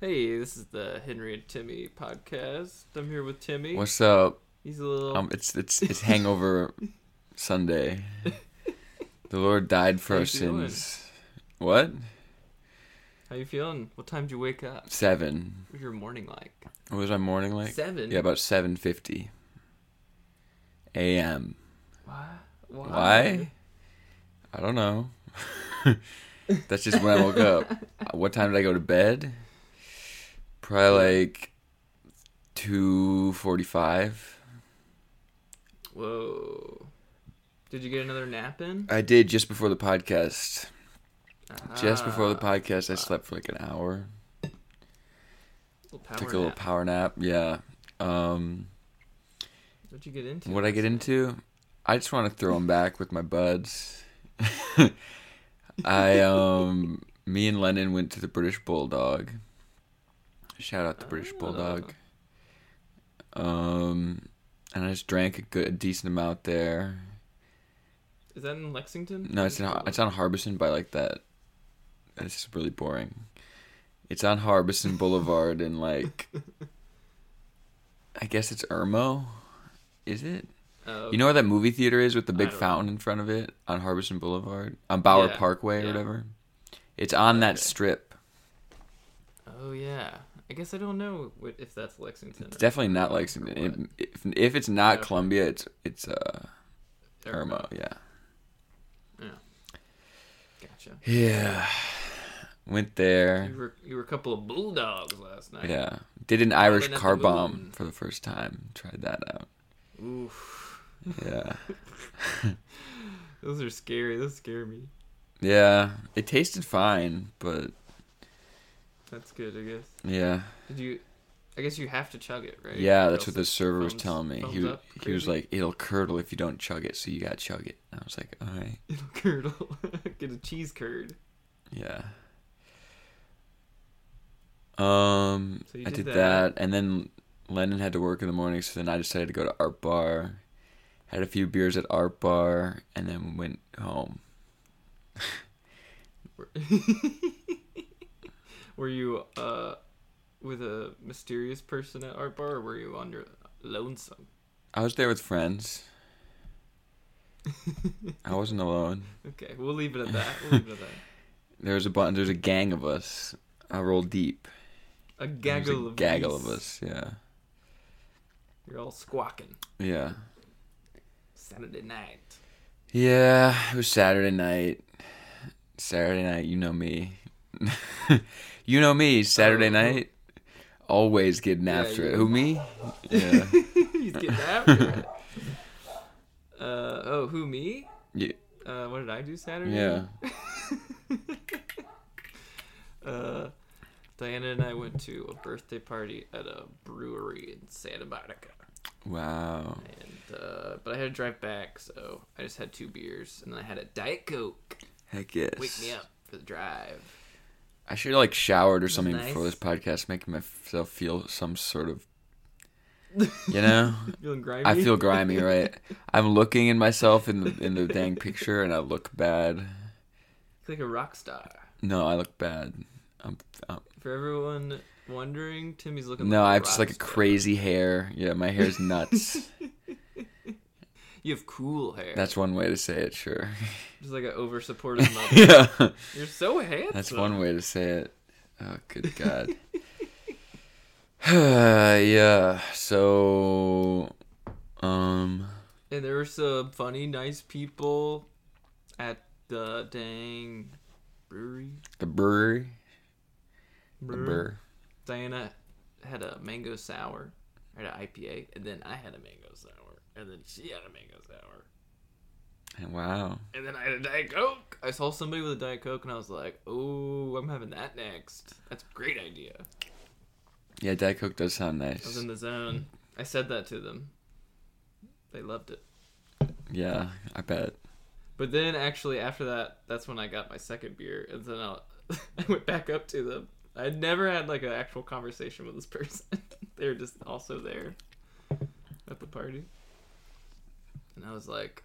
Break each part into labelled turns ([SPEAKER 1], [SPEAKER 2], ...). [SPEAKER 1] Hey, this is the Henry and Timmy podcast. I'm here with Timmy.
[SPEAKER 2] What's up?
[SPEAKER 1] He's a little.
[SPEAKER 2] Um, it's it's it's Hangover Sunday. The Lord died for
[SPEAKER 1] How
[SPEAKER 2] our
[SPEAKER 1] you feeling?
[SPEAKER 2] sins. What?
[SPEAKER 1] How you feeling? What time did you wake up?
[SPEAKER 2] Seven.
[SPEAKER 1] What was your morning like?
[SPEAKER 2] What was my morning like?
[SPEAKER 1] Seven.
[SPEAKER 2] Yeah, about seven fifty. A.M.
[SPEAKER 1] Why? Why?
[SPEAKER 2] Why? I don't know. That's just when I woke up. What time did I go to bed? Probably like two forty-five.
[SPEAKER 1] Whoa. Did you get another nap in?
[SPEAKER 2] I did just before the podcast. Just before the
[SPEAKER 1] Ah,
[SPEAKER 2] podcast, I slept for like an hour.
[SPEAKER 1] little power
[SPEAKER 2] Took a little
[SPEAKER 1] nap.
[SPEAKER 2] power nap. Yeah. Um,
[SPEAKER 1] What'd you get into?
[SPEAKER 2] what I get into, I just want to throw them back with my buds. I um, me and Lennon went to the British Bulldog. Shout out the British
[SPEAKER 1] Ah.
[SPEAKER 2] Bulldog. Um, and I just drank a good, a decent amount there.
[SPEAKER 1] Is that in Lexington?
[SPEAKER 2] No, it's on, it's on Harbison by like that. It's just really boring. It's on Harbison Boulevard and like, I guess it's Irmo. Is it?
[SPEAKER 1] Oh,
[SPEAKER 2] You know where that movie theater is with the
[SPEAKER 1] I
[SPEAKER 2] big
[SPEAKER 1] don't
[SPEAKER 2] fountain in front of it on Harbison Boulevard, on Bauer
[SPEAKER 1] Yeah,
[SPEAKER 2] Parkway or
[SPEAKER 1] yeah.
[SPEAKER 2] whatever. It's on that
[SPEAKER 1] Okay.
[SPEAKER 2] strip.
[SPEAKER 1] oh yeah. I guess I don't know what, if that's Lexington.
[SPEAKER 2] It's
[SPEAKER 1] or-
[SPEAKER 2] definitely not
[SPEAKER 1] or
[SPEAKER 2] Lexington. It- If, if it's not
[SPEAKER 1] Okay.
[SPEAKER 2] Columbia, it's it's uh
[SPEAKER 1] what. Or-
[SPEAKER 2] Irmo. Yeah.
[SPEAKER 1] Gotcha.
[SPEAKER 2] Yeah. Went there.
[SPEAKER 1] You were you were a couple of bulldogs last night.
[SPEAKER 2] Yeah. Did an Irish
[SPEAKER 1] at the
[SPEAKER 2] car
[SPEAKER 1] moon.
[SPEAKER 2] bomb for the first time. Tried that out.
[SPEAKER 1] Oof.
[SPEAKER 2] Yeah.
[SPEAKER 1] Those are scary. Those scare me.
[SPEAKER 2] yeah. It tasted fine, but
[SPEAKER 1] That's good, I guess.
[SPEAKER 2] yeah.
[SPEAKER 1] Did you? I guess you have to chug it, right?
[SPEAKER 2] Yeah, that's what
[SPEAKER 1] Else
[SPEAKER 2] the server was
[SPEAKER 1] foams-
[SPEAKER 2] telling me.
[SPEAKER 1] foams
[SPEAKER 2] He was,
[SPEAKER 1] up
[SPEAKER 2] he was
[SPEAKER 1] crazy.
[SPEAKER 2] like, it'll curdle if you don't chug it, so you gotta chug it. And I was like, all right.
[SPEAKER 1] It'll curdle. Get a cheese curd.
[SPEAKER 2] Yeah. Um,
[SPEAKER 1] So you
[SPEAKER 2] I
[SPEAKER 1] did
[SPEAKER 2] did
[SPEAKER 1] that.
[SPEAKER 2] that. and then Lennon had to work in the morning, so then I decided to go to Art Bar. Had a few beers at Art Bar, and then went home.
[SPEAKER 1] Were you uh with a mysterious person at art bar, or were you on your lonesome?
[SPEAKER 2] I was there with friends. I wasn't alone.
[SPEAKER 1] Okay, we'll leave it at that. We'll leave it at that.
[SPEAKER 2] There was a bunch. There's a gang of us. I rolled deep.
[SPEAKER 1] A
[SPEAKER 2] There was
[SPEAKER 1] gaggle
[SPEAKER 2] a
[SPEAKER 1] of
[SPEAKER 2] gaggle
[SPEAKER 1] geese.
[SPEAKER 2] of us. Yeah,
[SPEAKER 1] You're all squawking.
[SPEAKER 2] yeah,
[SPEAKER 1] Saturday night.
[SPEAKER 2] yeah. It was Saturday night. Saturday night. You know me. you know me. Saturday
[SPEAKER 1] Oh.
[SPEAKER 2] night. Always getting
[SPEAKER 1] Yeah,
[SPEAKER 2] after it.
[SPEAKER 1] you-
[SPEAKER 2] Who me? Yeah.
[SPEAKER 1] He's getting after it. Uh oh, who me?
[SPEAKER 2] yeah.
[SPEAKER 1] Uh, what did I do Saturday?
[SPEAKER 2] Yeah.
[SPEAKER 1] Uh, Diana and I went to a birthday party at a brewery in Santa Monica,
[SPEAKER 2] Wow.
[SPEAKER 1] and uh, but I had to drive back, so I just had two beers, and then I had a diet coke.
[SPEAKER 2] Heck yes.
[SPEAKER 1] Wake me up for the drive.
[SPEAKER 2] I should have like showered or something
[SPEAKER 1] nice.
[SPEAKER 2] before this podcast, making myself feel some sort of, you know.
[SPEAKER 1] Feeling grimy.
[SPEAKER 2] I feel grimy, right? I'm looking in myself in the in the dang picture, and I look bad.
[SPEAKER 1] like a rock star.
[SPEAKER 2] No, I look bad. I'm, I'm,
[SPEAKER 1] For everyone wondering, Timmy's looking.
[SPEAKER 2] no,
[SPEAKER 1] like
[SPEAKER 2] I
[SPEAKER 1] a
[SPEAKER 2] have just
[SPEAKER 1] rock
[SPEAKER 2] like a
[SPEAKER 1] star.
[SPEAKER 2] crazy hair. Yeah, my hair's nuts.
[SPEAKER 1] You have cool hair.
[SPEAKER 2] That's one way to say it. Sure.
[SPEAKER 1] just like an oversupportive mother.
[SPEAKER 2] yeah,
[SPEAKER 1] You're so handsome.
[SPEAKER 2] that's one way to say it. Oh, good God. yeah. So, um,
[SPEAKER 1] And there were some funny, nice people at the dang brewery.
[SPEAKER 2] the brewery. The
[SPEAKER 1] brewery.
[SPEAKER 2] burr.
[SPEAKER 1] Diana had a mango sour, I had an IPA, and then I had a mango sour, and then she had a mango sour,
[SPEAKER 2] Wow.
[SPEAKER 1] and then I had a Diet Coke. I saw somebody with a Diet Coke, and I was like, oh, I'm having that next. That's a great idea.
[SPEAKER 2] Yeah, Diet Coke does sound
[SPEAKER 1] I was
[SPEAKER 2] nice.
[SPEAKER 1] in the zone. I said that to them. They loved it.
[SPEAKER 2] Yeah, I bet.
[SPEAKER 1] But then actually after that, that's when I got my second beer, and then I, I went back up to them. I would never had like an actual conversation with this person. they were just also there at the party, and I was like,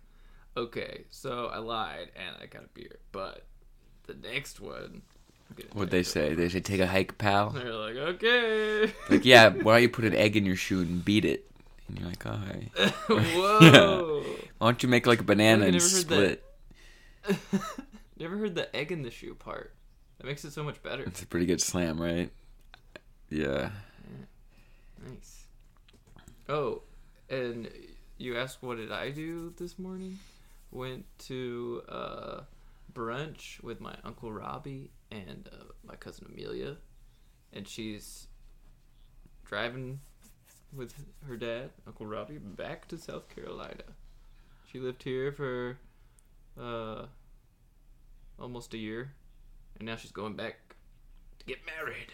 [SPEAKER 1] "Okay, so I lied and I got a beer, but the next one Get
[SPEAKER 2] What'd they
[SPEAKER 1] back up.
[SPEAKER 2] say? They say, take a hike, pal.
[SPEAKER 1] They're like, okay.
[SPEAKER 2] Like, yeah, why don't you put an egg in your shoe and beat it? And you're like, all right.
[SPEAKER 1] Whoa.
[SPEAKER 2] Why don't you make like a banana
[SPEAKER 1] I've
[SPEAKER 2] and
[SPEAKER 1] never heard that.
[SPEAKER 2] split?
[SPEAKER 1] you ever heard the egg in the shoe part? That makes it so much better.
[SPEAKER 2] It's a pretty good slam, right? Yeah.
[SPEAKER 1] Nice. Oh, and you asked what did I do this morning? Went to uh, brunch with my uncle Robbie and uh, my cousin Amelia, and she's driving with her dad, Uncle Robbie, back to South Carolina. She lived here for uh, almost a year, and now she's going back to get married,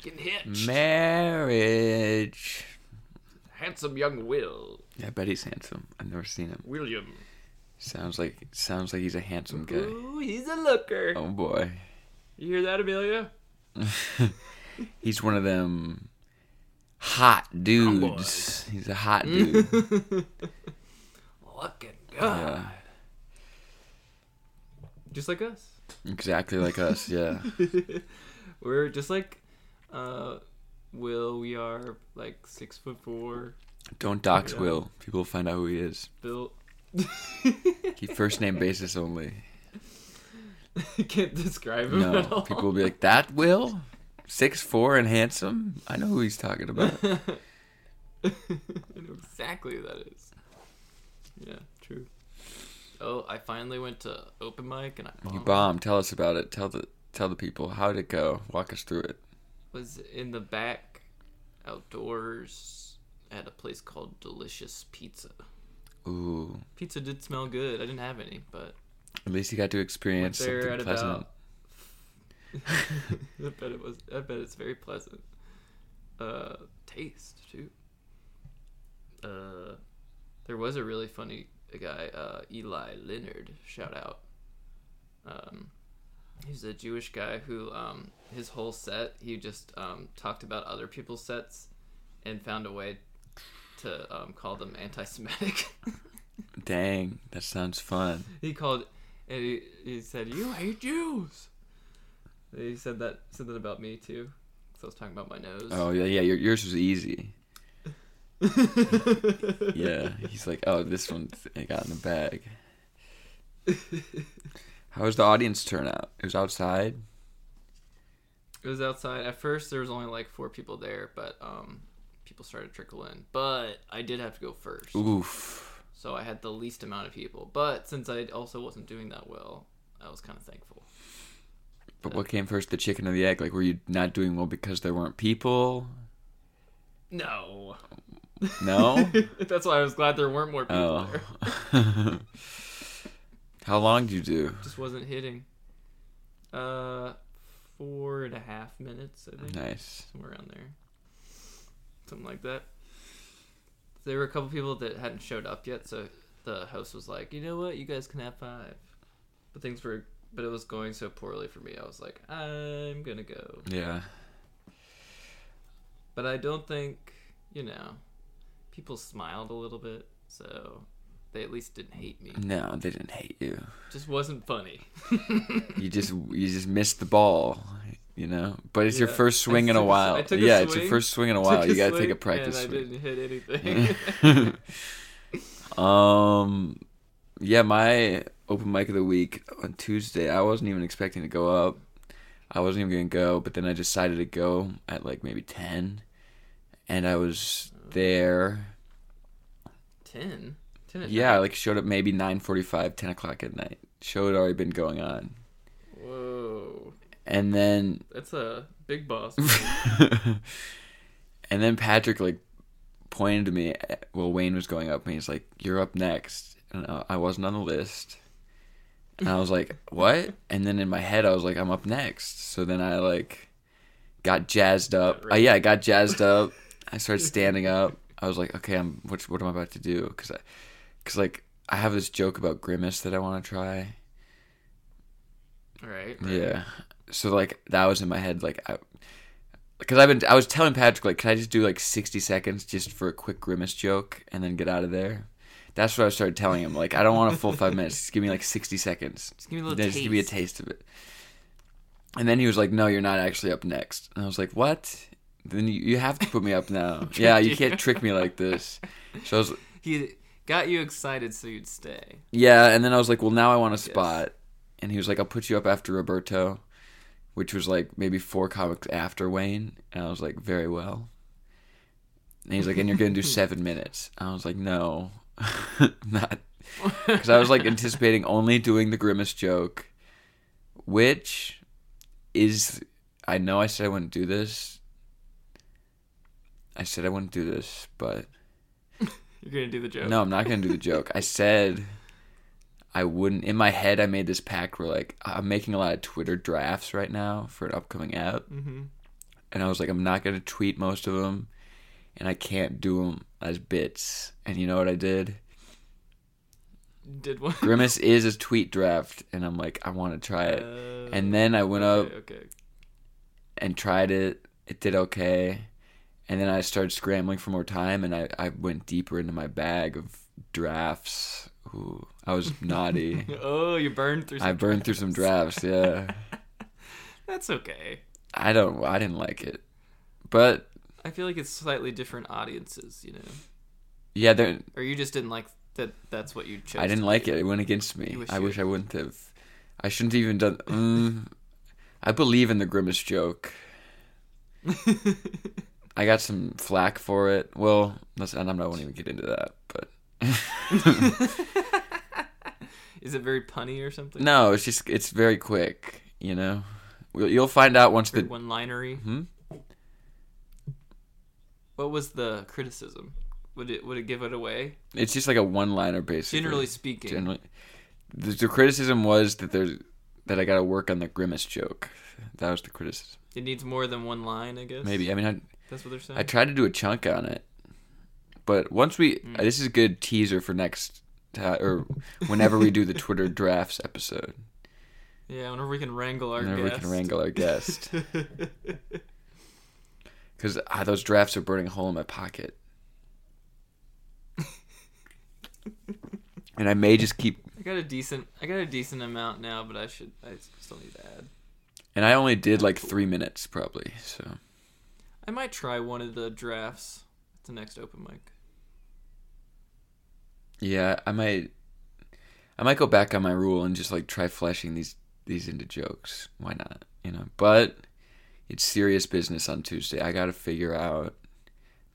[SPEAKER 1] getting hitched.
[SPEAKER 2] Marriage.
[SPEAKER 1] Handsome young Will.
[SPEAKER 2] Yeah, I bet he's handsome. I've never seen him.
[SPEAKER 1] William.
[SPEAKER 2] Sounds like sounds like he's a handsome guy.
[SPEAKER 1] Ooh, he's a looker.
[SPEAKER 2] Oh boy.
[SPEAKER 1] You hear that, Amelia?
[SPEAKER 2] he's one of them hot dudes. He's a hot dude.
[SPEAKER 1] Looking good.
[SPEAKER 2] yeah.
[SPEAKER 1] Just like us.
[SPEAKER 2] Exactly like us, yeah.
[SPEAKER 1] We're just like uh Will, we are like six foot four,
[SPEAKER 2] Don't dox
[SPEAKER 1] Yeah.
[SPEAKER 2] Will. People will find out who he is.
[SPEAKER 1] built
[SPEAKER 2] Keep first name basis only.
[SPEAKER 1] can't describe him at
[SPEAKER 2] No.
[SPEAKER 1] all.
[SPEAKER 2] People will be like, That Will? Six four and handsome? I know who he's talking about.
[SPEAKER 1] I know exactly who that is. Yeah, true. Oh, I finally went to open mic and I bombed.
[SPEAKER 2] You bomb. Tell us about it. Tell the tell the people how'd it go. Walk us through it.
[SPEAKER 1] was in the back outdoors at a place called Delicious Pizza.
[SPEAKER 2] Ooh.
[SPEAKER 1] Pizza did smell good. I didn't have any, but
[SPEAKER 2] At least you got to experience
[SPEAKER 1] there
[SPEAKER 2] something
[SPEAKER 1] at
[SPEAKER 2] pleasant.
[SPEAKER 1] about- I bet it was. I bet it's very pleasant. Uh, taste too. Uh, there was a really funny guy, uh, Eli Leonard. Shout out. Um, he's a Jewish guy who, um, his whole set, he just um, talked about other people's sets, and found a way to um, call them anti-Semitic.
[SPEAKER 2] Dang, that sounds fun.
[SPEAKER 1] he called and he, he said you hate jews he said that said that about me too because i was talking about my nose
[SPEAKER 2] Oh yeah, yeah. Your, yours was easy. Yeah. He's like, oh, this one I got in the bag. How was the audience turnout? It was outside.
[SPEAKER 1] it was outside at first there was only like four people there but um people started to trickle in but i did have to go first
[SPEAKER 2] Oof.
[SPEAKER 1] so i had the least amount of people but since i also wasn't doing that well i was kind of thankful
[SPEAKER 2] But what came first, the chicken or the egg? Like, were you not doing well because there weren't people?
[SPEAKER 1] no
[SPEAKER 2] No.
[SPEAKER 1] that's why i was glad there weren't more people
[SPEAKER 2] oh.
[SPEAKER 1] there
[SPEAKER 2] How long do you do?
[SPEAKER 1] just wasn't hitting uh four and a half minutes i think
[SPEAKER 2] Nice.
[SPEAKER 1] somewhere around there, something like that. There were a couple people that hadn't showed up yet, so the host was like, "You know what? You guys can have five. But things were, but it was going so poorly for me. I was like, "I'm gonna go,"
[SPEAKER 2] Yeah.
[SPEAKER 1] but I don't think you know. People smiled a little bit, so they at least didn't hate me.
[SPEAKER 2] No, they didn't hate you.
[SPEAKER 1] Just wasn't funny.
[SPEAKER 2] You just you just missed the ball, you know. But it's your
[SPEAKER 1] Yeah.
[SPEAKER 2] first swing
[SPEAKER 1] I
[SPEAKER 2] in a
[SPEAKER 1] took a-
[SPEAKER 2] while.
[SPEAKER 1] I took a
[SPEAKER 2] yeah, it's your
[SPEAKER 1] swing,
[SPEAKER 2] first swing in a while.
[SPEAKER 1] Took
[SPEAKER 2] You got to take a
[SPEAKER 1] swing,
[SPEAKER 2] practice
[SPEAKER 1] and
[SPEAKER 2] swing.
[SPEAKER 1] I didn't hit anything.
[SPEAKER 2] um, yeah, my open mic of the week on Tuesday. I wasn't even expecting to go up. I wasn't even gonna go, but then I decided to go at like maybe ten, and I was there.
[SPEAKER 1] Ten. Ten. at
[SPEAKER 2] Yeah, I
[SPEAKER 1] night?
[SPEAKER 2] like showed up maybe 9:45, 10 o'clock at night. Show had already been going on,
[SPEAKER 1] Whoa.
[SPEAKER 2] and then
[SPEAKER 1] That's a big boss.
[SPEAKER 2] and then Patrick like pointed to me at- while Wayne was going up, and he's like, "You're up next," and I I wasn't on the list. And I was like, "What?" And then in my head, I was like, "I'm up next." So then I like got jazzed up. Uh, yeah, I got jazzed up. I started standing up. I was like, "Okay, I'm what? What am I about to do?" Because I, because like I have this joke about grimace that I want to try.
[SPEAKER 1] All right.
[SPEAKER 2] Yeah. So like that was in my head like I because I've been I was telling Patrick like can I just do like 60 seconds just for a quick grimace joke and then get out of there. That's what I started telling him like I don't want a full 5 minutes. Just give me like 60 seconds.
[SPEAKER 1] Just give me a
[SPEAKER 2] Then
[SPEAKER 1] little
[SPEAKER 2] Just give me a taste of it. And then he was like, "No, you're not actually up next." And I was like, "What?" Then you, you have to put me up now. yeah, you can't trick me like this. So I was
[SPEAKER 1] He got you excited so you'd stay.
[SPEAKER 2] yeah, and then I was like, "Well, now I want a spot." And he was like, "I'll put you up after Roberto," which was like maybe four comics after Wayne. And I was like, "Very well." And he's like, "And you're gonna do seven minutes?" I was like, "No, not." Because I was like anticipating only doing the grimace joke, which is I know I said I wouldn't do this. I said I wouldn't do this, but
[SPEAKER 1] You're gonna do the joke.
[SPEAKER 2] no, I'm not gonna do the joke. I said I wouldn't. In my head, I made this pact where like I'm making a lot of Twitter drafts right now for an upcoming app,
[SPEAKER 1] Mm-hmm.
[SPEAKER 2] and I was like, I'm not gonna tweet most of them, and I can't do them as bits. And you know what I did?
[SPEAKER 1] Did one.
[SPEAKER 2] Grimace is a tweet draft, and I'm like, I want to try it.
[SPEAKER 1] Uh,
[SPEAKER 2] And then I went up
[SPEAKER 1] okay, okay.
[SPEAKER 2] and tried it. It did okay. And then I started scrambling for more time and I, I went deeper into my bag of drafts. Ooh, I was naughty.
[SPEAKER 1] Oh, you burned through. Some
[SPEAKER 2] I burned through some drafts, yeah.
[SPEAKER 1] That's okay.
[SPEAKER 2] I don't I didn't like it. But
[SPEAKER 1] I feel like it's slightly different audiences, you know.
[SPEAKER 2] yeah, there,
[SPEAKER 1] Or you just didn't like that. That's what you chose.
[SPEAKER 2] I didn't
[SPEAKER 1] to
[SPEAKER 2] like
[SPEAKER 1] do.
[SPEAKER 2] it. It went against me.
[SPEAKER 1] You wish
[SPEAKER 2] I
[SPEAKER 1] you-
[SPEAKER 2] wish I wouldn't have. I shouldn't have even done mm, I believe in the grimace joke. I got some flack for it. Well, that's, and I'm not going to even get into that, but
[SPEAKER 1] Is it very punny or something?
[SPEAKER 2] No, it's just it's very quick. You know, We'll- you'll find out once
[SPEAKER 1] Very
[SPEAKER 2] the
[SPEAKER 1] one-linery.
[SPEAKER 2] Hmm?
[SPEAKER 1] What was the criticism? Would it would it give it away?
[SPEAKER 2] it's just like a one-liner basically.
[SPEAKER 1] Generally speaking.
[SPEAKER 2] generally, the, the criticism was that there's that I got to work on the grimace joke. That was the criticism.
[SPEAKER 1] It needs more than one line, I guess.
[SPEAKER 2] Maybe I mean
[SPEAKER 1] That's what they're saying.
[SPEAKER 2] I I tried to do a chunk on it, but once we
[SPEAKER 1] Hmm.
[SPEAKER 2] this is a good teaser for next ti or whenever we do the Twitter drafts episode,
[SPEAKER 1] yeah, whenever we can wrangle our
[SPEAKER 2] whenever
[SPEAKER 1] guest.
[SPEAKER 2] we can wrangle our guest because ah, those drafts are burning a hole in my pocket. And I may just keep
[SPEAKER 1] I got a decent I got a decent amount now, but I should I still need to add.
[SPEAKER 2] And I only did like three minutes, probably. So
[SPEAKER 1] I might try one of the drafts at the next open mic.
[SPEAKER 2] yeah, I might, I might go back on my rule and just like try fleshing these these into jokes. Why not? You know, but it's serious business on Tuesday. I got to figure out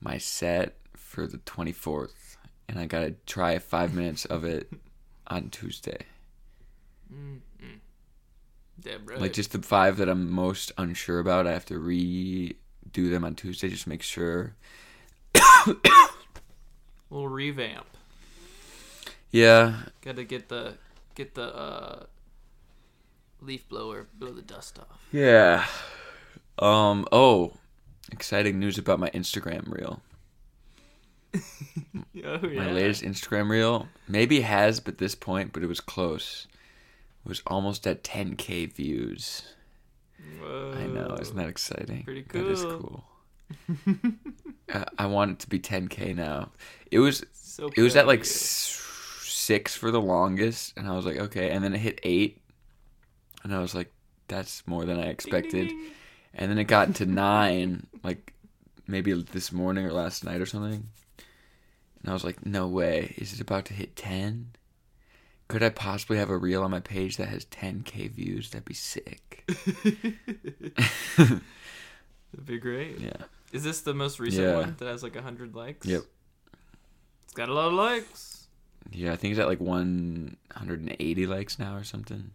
[SPEAKER 2] my set for the twenty fourth, and I got to try five minutes of it on Tuesday.
[SPEAKER 1] Mm-mm. Damn right.
[SPEAKER 2] Like just the five that I'm most unsure about, I have to redo them on Tuesday. Just make sure.
[SPEAKER 1] little revamp.
[SPEAKER 2] Yeah,
[SPEAKER 1] Got to get the get the uh, leaf blower blow the dust off.
[SPEAKER 2] Yeah. Um. Oh, exciting news about my Instagram reel.
[SPEAKER 1] Oh yeah.
[SPEAKER 2] My latest Instagram reel maybe has, but this point, but it was close. was almost at 10k views. I know, isn't that exciting?
[SPEAKER 1] Pretty
[SPEAKER 2] That is
[SPEAKER 1] cool.
[SPEAKER 2] cool. uh, I want it to be 10k now. It was
[SPEAKER 1] So
[SPEAKER 2] it was at like
[SPEAKER 1] proud of
[SPEAKER 2] s- six for the longest, and I was like, okay, and then it hit eight, and I was like, that's more than I
[SPEAKER 1] you. Ding,
[SPEAKER 2] expected.
[SPEAKER 1] ding, ding.
[SPEAKER 2] and then it got to nine, like maybe this morning or last night or something. And I was like, no way, is it about to hit 10? Could I possibly have a reel on my page that has 10k views? That'd be sick.
[SPEAKER 1] That'd be great.
[SPEAKER 2] Yeah.
[SPEAKER 1] Is this the most recent
[SPEAKER 2] Yeah.
[SPEAKER 1] one that has like hundred likes?
[SPEAKER 2] Yep.
[SPEAKER 1] It's got a lot of likes.
[SPEAKER 2] Yeah, I think it's at like 180 likes now or something.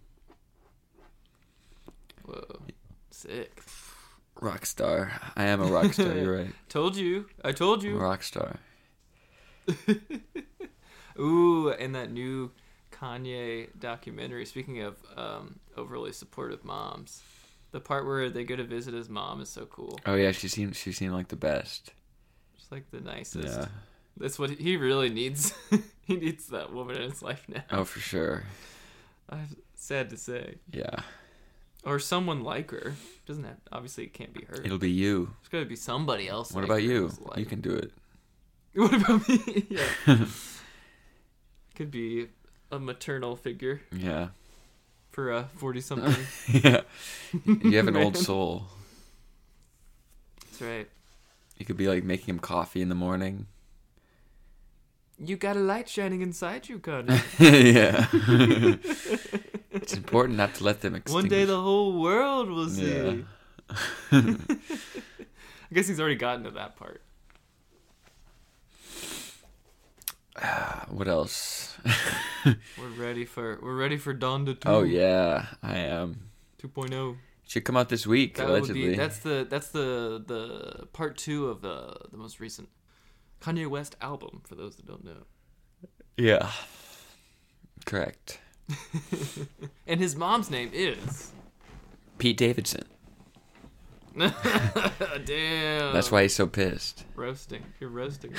[SPEAKER 1] Whoa. Sick.
[SPEAKER 2] Rock star. I am a rock star, you're right.
[SPEAKER 1] Told you. I told
[SPEAKER 2] I'm a
[SPEAKER 1] you.
[SPEAKER 2] rock star.
[SPEAKER 1] Ooh, and that new Kanye documentary. Speaking of um, overly supportive moms, the part where they go to visit his mom is so cool.
[SPEAKER 2] Oh yeah, she seemed she seemed like the best.
[SPEAKER 1] She's like the nicest.
[SPEAKER 2] Yeah.
[SPEAKER 1] That's what he really needs. he needs that woman in his life now.
[SPEAKER 2] Oh for sure.
[SPEAKER 1] I'm sad to say,
[SPEAKER 2] Yeah.
[SPEAKER 1] or someone like her. Doesn't have obviously it can't be her.
[SPEAKER 2] It'll be you.
[SPEAKER 1] It's got to be somebody else.
[SPEAKER 2] What
[SPEAKER 1] like
[SPEAKER 2] about
[SPEAKER 1] her
[SPEAKER 2] you?
[SPEAKER 1] who's like-
[SPEAKER 2] You can do it.
[SPEAKER 1] What about me? yeah. Could be a maternal figure.
[SPEAKER 2] Yeah.
[SPEAKER 1] for a forty something.
[SPEAKER 2] yeah. You have an old
[SPEAKER 1] Man.
[SPEAKER 2] soul.
[SPEAKER 1] That's right.
[SPEAKER 2] You could be like making him coffee in the morning.
[SPEAKER 1] You got a light shining inside you, Connor.
[SPEAKER 2] yeah. it's important not to let them extinguish.
[SPEAKER 1] One day the whole world will see.
[SPEAKER 2] Yeah.
[SPEAKER 1] I guess he's already gotten to that part.
[SPEAKER 2] Ah, what else?
[SPEAKER 1] We're ready for we're ready for Dawn to two.
[SPEAKER 2] oh yeah, I am.
[SPEAKER 1] 2.0.
[SPEAKER 2] Should come out this week
[SPEAKER 1] That would
[SPEAKER 2] allegedly.
[SPEAKER 1] be that's the that's the the part 2 of the the most recent Kanye West album for those that don't know.
[SPEAKER 2] Yeah. Correct.
[SPEAKER 1] And his mom's name is
[SPEAKER 2] Pete Davidson.
[SPEAKER 1] Damn.
[SPEAKER 2] That's why he's so pissed.
[SPEAKER 1] roasting. You're roasting.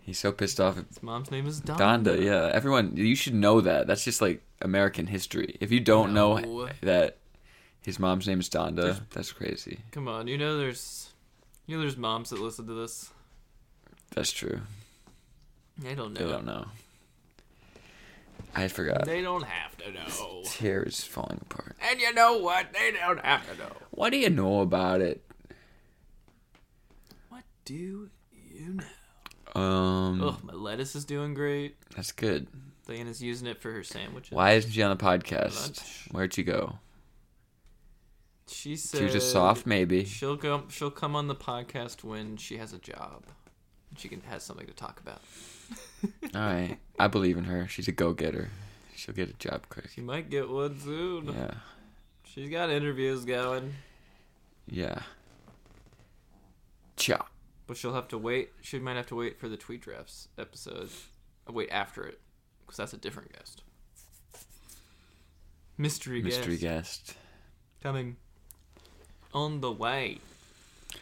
[SPEAKER 2] He's so pissed off at
[SPEAKER 1] His mom's name is Donda.
[SPEAKER 2] Donda. Yeah, everyone, you should know that. That's just like American history. If you don't know
[SPEAKER 1] No.
[SPEAKER 2] that his mom's name is Donda, that's crazy.
[SPEAKER 1] Come on, you know there's you know there's moms that listen to this.
[SPEAKER 2] That's true.
[SPEAKER 1] They don't
[SPEAKER 2] They
[SPEAKER 1] know.
[SPEAKER 2] don't know. Oh, I forgot.
[SPEAKER 1] They don't have to know.
[SPEAKER 2] His hair is falling apart.
[SPEAKER 1] And you know what? They don't have to know.
[SPEAKER 2] What do you know about it?
[SPEAKER 1] What do you know?
[SPEAKER 2] Um,
[SPEAKER 1] Ugh, my lettuce is doing great.
[SPEAKER 2] that's good.
[SPEAKER 1] Diana's using it for her sandwiches.
[SPEAKER 2] Why isn't she on the podcast?
[SPEAKER 1] Lunch.
[SPEAKER 2] Where'd she go?
[SPEAKER 1] She
[SPEAKER 2] She
[SPEAKER 1] said
[SPEAKER 2] was just soft, maybe.
[SPEAKER 1] She'll come. She'll come on the podcast when she has a job. She can has something to talk about.
[SPEAKER 2] All right, I believe in her. She's a go-getter. She'll get a job quick.
[SPEAKER 1] She might get one soon.
[SPEAKER 2] Yeah,
[SPEAKER 1] She's got interviews going,
[SPEAKER 2] yeah. Cha.
[SPEAKER 1] but she'll have to wait. She might have to wait for the tweet drafts episode. uh, Wait after it, because that's a different guest. Mystery,
[SPEAKER 2] Mystery
[SPEAKER 1] guest
[SPEAKER 2] guest.
[SPEAKER 1] coming on the way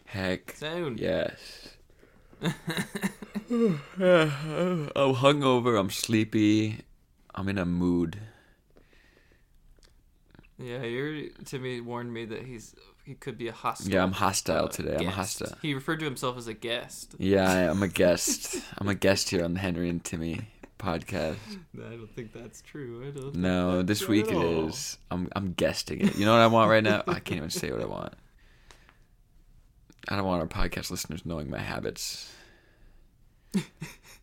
[SPEAKER 2] Heck.
[SPEAKER 1] soon.
[SPEAKER 2] Yes. I'm Oh, hungover. I'm sleepy. I'm in a mood.
[SPEAKER 1] Yeah, your Timmy warned me that he's he could be a hostile.
[SPEAKER 2] Yeah, I'm hostile
[SPEAKER 1] uh,
[SPEAKER 2] today. I'm a
[SPEAKER 1] guest.
[SPEAKER 2] hostile.
[SPEAKER 1] He referred to himself as a guest.
[SPEAKER 2] Yeah, I, I'm a guest. I'm a guest here on the Henry and Timmy podcast.
[SPEAKER 1] No, I don't think that's true. I don't. think
[SPEAKER 2] No,
[SPEAKER 1] that's
[SPEAKER 2] this
[SPEAKER 1] true
[SPEAKER 2] week
[SPEAKER 1] at
[SPEAKER 2] it
[SPEAKER 1] all.
[SPEAKER 2] is. I'm I'm guesting it. You know what I want right now? I can't even say what I want. I don't want our podcast listeners knowing my habits,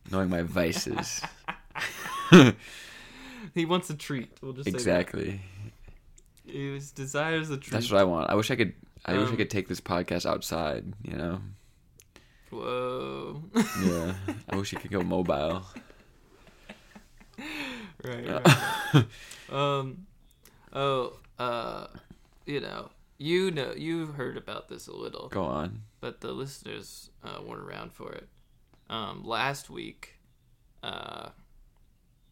[SPEAKER 2] knowing my vices.
[SPEAKER 1] He wants a treat. We'll just
[SPEAKER 2] exactly.
[SPEAKER 1] Say that. He was- desires a treat.
[SPEAKER 2] That's what I want. I wish I could. I wish I
[SPEAKER 1] Um,
[SPEAKER 2] could take this podcast outside. You know.
[SPEAKER 1] Whoa.
[SPEAKER 2] Yeah. I wish it could go mobile.
[SPEAKER 1] right. right. um. Oh. Uh. You know. You know. You've heard about this a little.
[SPEAKER 2] Go on.
[SPEAKER 1] but the listeners uh, weren't around for it. Um, last week, uh,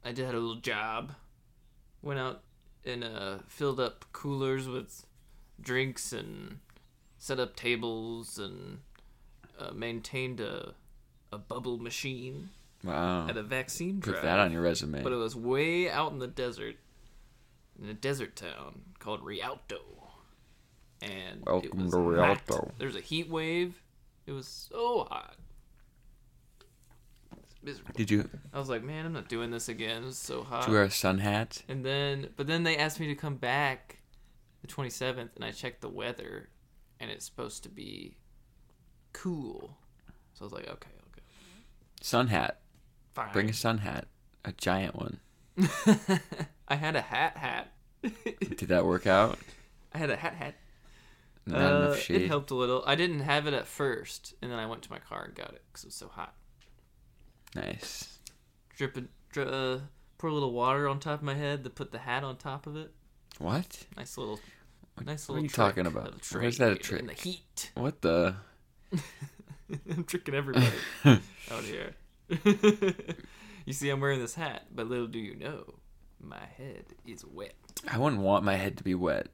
[SPEAKER 1] I did had a little job. Went out and uh, filled up coolers with drinks and set up tables and uh, maintained a a bubble machine
[SPEAKER 2] Wow.
[SPEAKER 1] at a vaccine
[SPEAKER 2] Put
[SPEAKER 1] drive.
[SPEAKER 2] that on your resume.
[SPEAKER 1] But it was way out in the desert, in a desert town called Rialto. And it
[SPEAKER 2] Welcome
[SPEAKER 1] was
[SPEAKER 2] to
[SPEAKER 1] hot.
[SPEAKER 2] Rialto.
[SPEAKER 1] There was a heat wave. It was so hot. It's miserable.
[SPEAKER 2] Did you?
[SPEAKER 1] I was like, man, I'm not doing this again. It's so hot.
[SPEAKER 2] Did you wear a sun hat?
[SPEAKER 1] And then, but then they asked me to come back the 27th, and I checked the weather, and it's supposed to be cool. So I was like, okay, I'll go.
[SPEAKER 2] Sun hat.
[SPEAKER 1] Fine.
[SPEAKER 2] Bring a sun hat. A giant one.
[SPEAKER 1] I had a hat hat.
[SPEAKER 2] Did that work out?
[SPEAKER 1] I had a hat hat.
[SPEAKER 2] Not
[SPEAKER 1] Uh,
[SPEAKER 2] enough shade.
[SPEAKER 1] It helped a little. I didn't have it at first, and then I went to my car and got it because it was so hot.
[SPEAKER 2] Nice.
[SPEAKER 1] Dripping, dri uh, pour a little water on top of my head to put the hat on top of it.
[SPEAKER 2] What?
[SPEAKER 1] Nice little, nice little.
[SPEAKER 2] what are you
[SPEAKER 1] trick,
[SPEAKER 2] talking about?
[SPEAKER 1] little
[SPEAKER 2] Why is that a
[SPEAKER 1] In the heat,
[SPEAKER 2] What the?
[SPEAKER 1] I'm tricking everybody out here. you see, I'm wearing this hat, but little do you know, my head is wet.
[SPEAKER 2] I wouldn't want my head to be wet.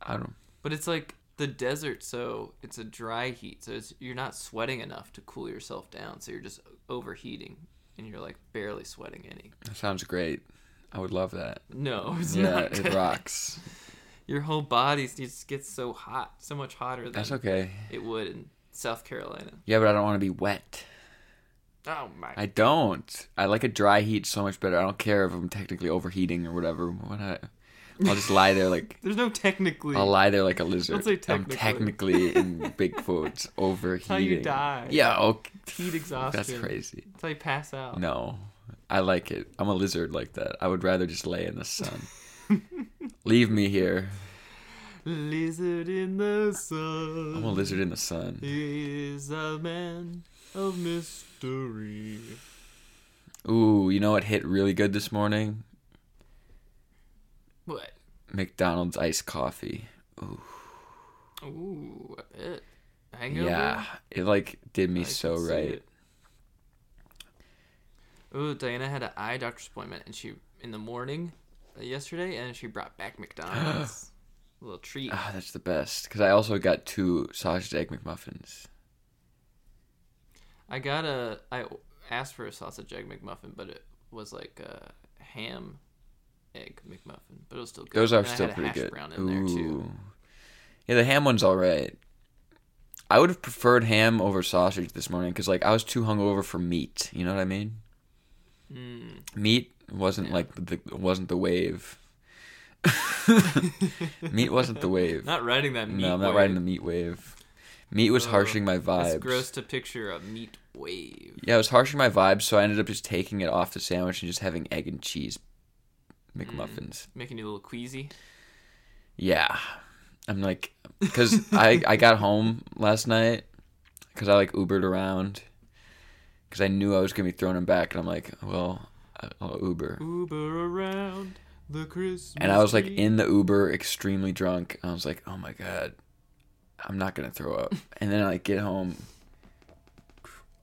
[SPEAKER 2] I don't.
[SPEAKER 1] But it's like the desert, so it's a dry heat. So it's, you're not sweating enough to cool yourself down. So you're just overheating, and you're like barely sweating any.
[SPEAKER 2] That sounds great. I would love that.
[SPEAKER 1] No, it's
[SPEAKER 2] yeah,
[SPEAKER 1] not.
[SPEAKER 2] it rocks.
[SPEAKER 1] Your whole body just gets so hot, so much hotter than
[SPEAKER 2] That's okay.
[SPEAKER 1] it would in South Carolina.
[SPEAKER 2] Yeah, but I don't want to be wet.
[SPEAKER 1] Oh my.
[SPEAKER 2] I don't. I like a dry heat so much better. I don't care if I'm technically overheating or whatever. What I, I'll just lie there like
[SPEAKER 1] There's no technically.
[SPEAKER 2] I'll lie there like a lizard.
[SPEAKER 1] Don't say
[SPEAKER 2] I'm technically in big quotes overheating.
[SPEAKER 1] how you die.
[SPEAKER 2] Yeah. Okay.
[SPEAKER 1] Heat exhaustion. Oh.
[SPEAKER 2] That's crazy.
[SPEAKER 1] That's how you pass out.
[SPEAKER 2] No, I like it. I'm a lizard like that. I would rather just lay in the sun. Leave me here.
[SPEAKER 1] Lizard in the sun.
[SPEAKER 2] I'm a lizard in the sun.
[SPEAKER 1] Is a man of mystery.
[SPEAKER 2] Ooh, you know what hit really good this morning?
[SPEAKER 1] What?
[SPEAKER 2] McDonald's iced coffee.
[SPEAKER 1] Ooh, I bet. Hangover?
[SPEAKER 2] Yeah, it like did me
[SPEAKER 1] I
[SPEAKER 2] so
[SPEAKER 1] can see
[SPEAKER 2] right.
[SPEAKER 1] it. Ooh, Diana had an eye doctor's appointment, and she in the morning uh, yesterday, and she brought back McDonald's. a little treat.
[SPEAKER 2] Ah, that's the best. Because I also got two sausage egg McMuffins.
[SPEAKER 1] I got a. I asked for a sausage egg McMuffin, but it was like a ham egg McMuffin, but it was still good.
[SPEAKER 2] Those are
[SPEAKER 1] And I
[SPEAKER 2] still
[SPEAKER 1] had a
[SPEAKER 2] pretty
[SPEAKER 1] hash
[SPEAKER 2] good.
[SPEAKER 1] Brown in there too.
[SPEAKER 2] Yeah, the ham one's all right. I would have preferred ham over sausage this morning because, like, I was too hungover for meat. You know what I mean?
[SPEAKER 1] Mm.
[SPEAKER 2] Meat wasn't
[SPEAKER 1] Yeah.
[SPEAKER 2] like the wasn't the wave. meat wasn't the wave.
[SPEAKER 1] Not riding that meat.
[SPEAKER 2] no, I'm not
[SPEAKER 1] wave.
[SPEAKER 2] riding the meat wave. Meat was
[SPEAKER 1] Oh,
[SPEAKER 2] harshing my
[SPEAKER 1] It's
[SPEAKER 2] vibes.
[SPEAKER 1] gross to picture a meat wave.
[SPEAKER 2] Yeah, it was harshing my vibes, so I ended up just taking it off the sandwich and just having egg and cheese
[SPEAKER 1] Hmm.
[SPEAKER 2] McMuffins.
[SPEAKER 1] Making you a little queasy.
[SPEAKER 2] Yeah. I'm like, because I, I got home last night because I like Ubered around because I knew I was going to be throwing them back. And I'm like, well, I'll Uber.
[SPEAKER 1] Uber around the Christmas.
[SPEAKER 2] And I was like
[SPEAKER 1] tree.
[SPEAKER 2] in the Uber, extremely drunk. I was like, oh my God, I'm not going to throw up. And then I like, get home.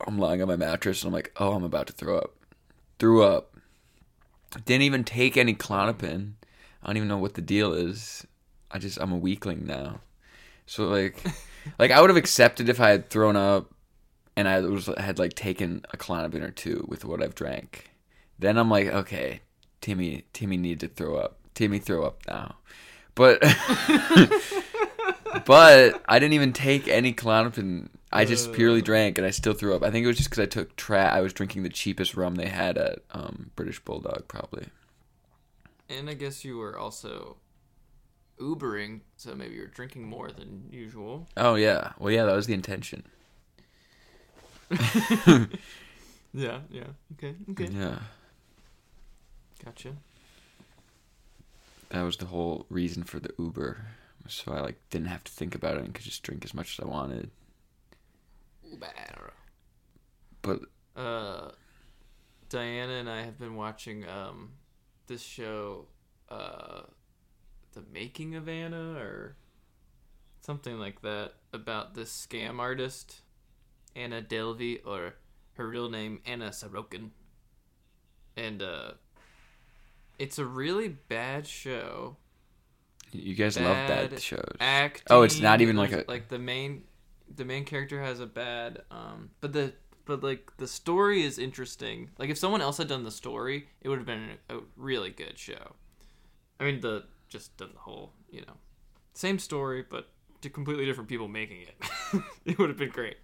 [SPEAKER 2] I'm lying on my mattress and I'm like, oh, I'm about to throw up. Threw up. Didn't even take any Clonopin. I don't even know what the deal is. I just, I'm a weakling now. So like, like I would have accepted if I had thrown up and I was, had like taken a Clonopin or two with what I've drank. Then I'm like, okay, Timmy, Timmy need to throw up. Timmy throw up now. But but I didn't even take any Klonopin. I just purely drank and I still threw up. I think it was just because I took tra. I was drinking the cheapest rum they had at um, British Bulldog, probably.
[SPEAKER 1] And I guess you were also Ubering, so maybe you're drinking more than usual.
[SPEAKER 2] Oh yeah, well yeah, that was the intention.
[SPEAKER 1] Yeah, yeah. Okay, okay.
[SPEAKER 2] Yeah,
[SPEAKER 1] Gotcha.
[SPEAKER 2] that was the whole reason for the Uber. So I like didn't have to think about it and could just drink as much as I wanted.
[SPEAKER 1] Uber.
[SPEAKER 2] But
[SPEAKER 1] Uh, Diana and I have been watching um, this show, uh, The Making of Anna, or something like that, about this scam artist, Anna Delvey, or her real name, Anna Sorokin. And uh, it's a really bad show.
[SPEAKER 2] you guys love bad
[SPEAKER 1] Bad
[SPEAKER 2] shows.
[SPEAKER 1] Acting,
[SPEAKER 2] Oh, it's not even like
[SPEAKER 1] there's-
[SPEAKER 2] a-
[SPEAKER 1] like the main the main character has a bad um but the but like the story is interesting. Like if someone else had done the story, it would have been a really good show. I mean the just done the whole, you know. Same story but to completely different people making it. it would have been great.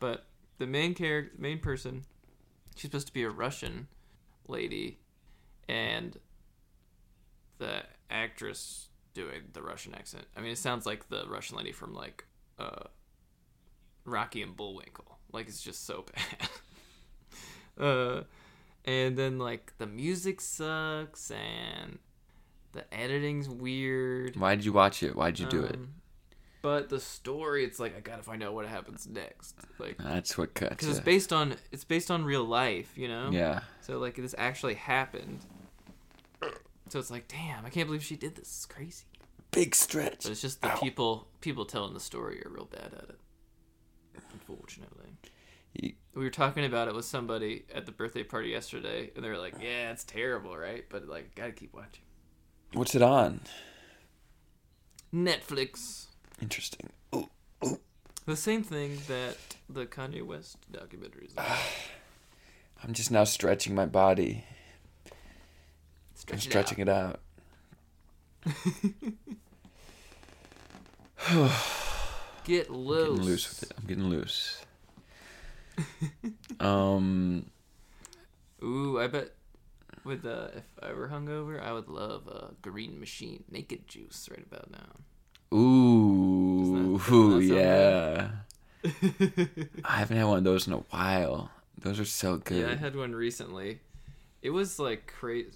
[SPEAKER 1] But the main character, main person, she's supposed to be a Russian lady and the actress doing the Russian accent. I mean, it sounds like the Russian lady from like uh, Rocky and Bullwinkle. Like it's just so bad. uh, and then like the music sucks and the editing's weird.
[SPEAKER 2] Why did you watch it? Why did you do it?
[SPEAKER 1] Um, But the story, it's like I gotta find out what happens next. Like
[SPEAKER 2] That's what cuts.
[SPEAKER 1] because Um, it's
[SPEAKER 2] it.
[SPEAKER 1] based on it's based on real life, you know.
[SPEAKER 2] yeah.
[SPEAKER 1] So like this actually happened. So it's like, damn, I can't believe she did this. It's crazy.
[SPEAKER 2] Big stretch.
[SPEAKER 1] But it's just the people people telling the story are real bad at it. Unfortunately.
[SPEAKER 2] Ye-
[SPEAKER 1] We were talking about it with somebody at the birthday party yesterday and they were like, Yeah, it's terrible, right? But like gotta keep watching.
[SPEAKER 2] What's it on?
[SPEAKER 1] Netflix.
[SPEAKER 2] Interesting.
[SPEAKER 1] The same thing that the Kanye West documentary is on.
[SPEAKER 2] I'm just now stretching my body. I'm
[SPEAKER 1] Stretch it out.
[SPEAKER 2] stretching it out.
[SPEAKER 1] Get loose.
[SPEAKER 2] I'm getting loose with it. I'm getting loose. Um,
[SPEAKER 1] Ooh, I bet with uh, if I were hungover, I would love uh, Green Machine Naked Juice right about
[SPEAKER 2] ooh,
[SPEAKER 1] Doesn't that- doesn't that sound
[SPEAKER 2] yeah.
[SPEAKER 1] now.
[SPEAKER 2] I haven't had one of those in a while. Those are so good.
[SPEAKER 1] Yeah, I had one recently. It was like crazy.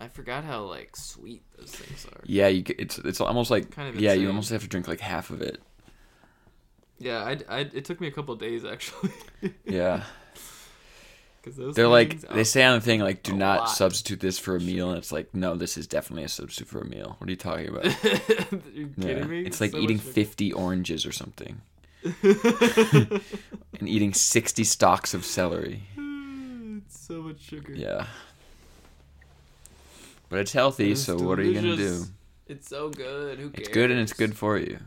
[SPEAKER 1] I forgot how like sweet those things are.
[SPEAKER 2] Yeah, you, get- it's it's almost like
[SPEAKER 1] Kind of
[SPEAKER 2] yeah, you
[SPEAKER 1] insane.
[SPEAKER 2] almost have to drink like half of it.
[SPEAKER 1] Yeah, I, I it took me a couple days actually.
[SPEAKER 2] Yeah,
[SPEAKER 1] Cause those
[SPEAKER 2] they're like
[SPEAKER 1] things-
[SPEAKER 2] they say on the thing like do
[SPEAKER 1] a
[SPEAKER 2] not
[SPEAKER 1] lot.
[SPEAKER 2] substitute this for a meal, and it's like no, this is definitely a substitute for a meal. What are you talking about?
[SPEAKER 1] Are you
[SPEAKER 2] Yeah.
[SPEAKER 1] kidding me?
[SPEAKER 2] It's like
[SPEAKER 1] So
[SPEAKER 2] eating
[SPEAKER 1] much-
[SPEAKER 2] fifty oranges or something, and eating sixty stalks of celery.
[SPEAKER 1] it's so much sugar.
[SPEAKER 2] Yeah, but it's healthy,
[SPEAKER 1] It's
[SPEAKER 2] so what are you gonna do?
[SPEAKER 1] delicious. It's so good. Who cares?
[SPEAKER 2] It's good and it's good for you.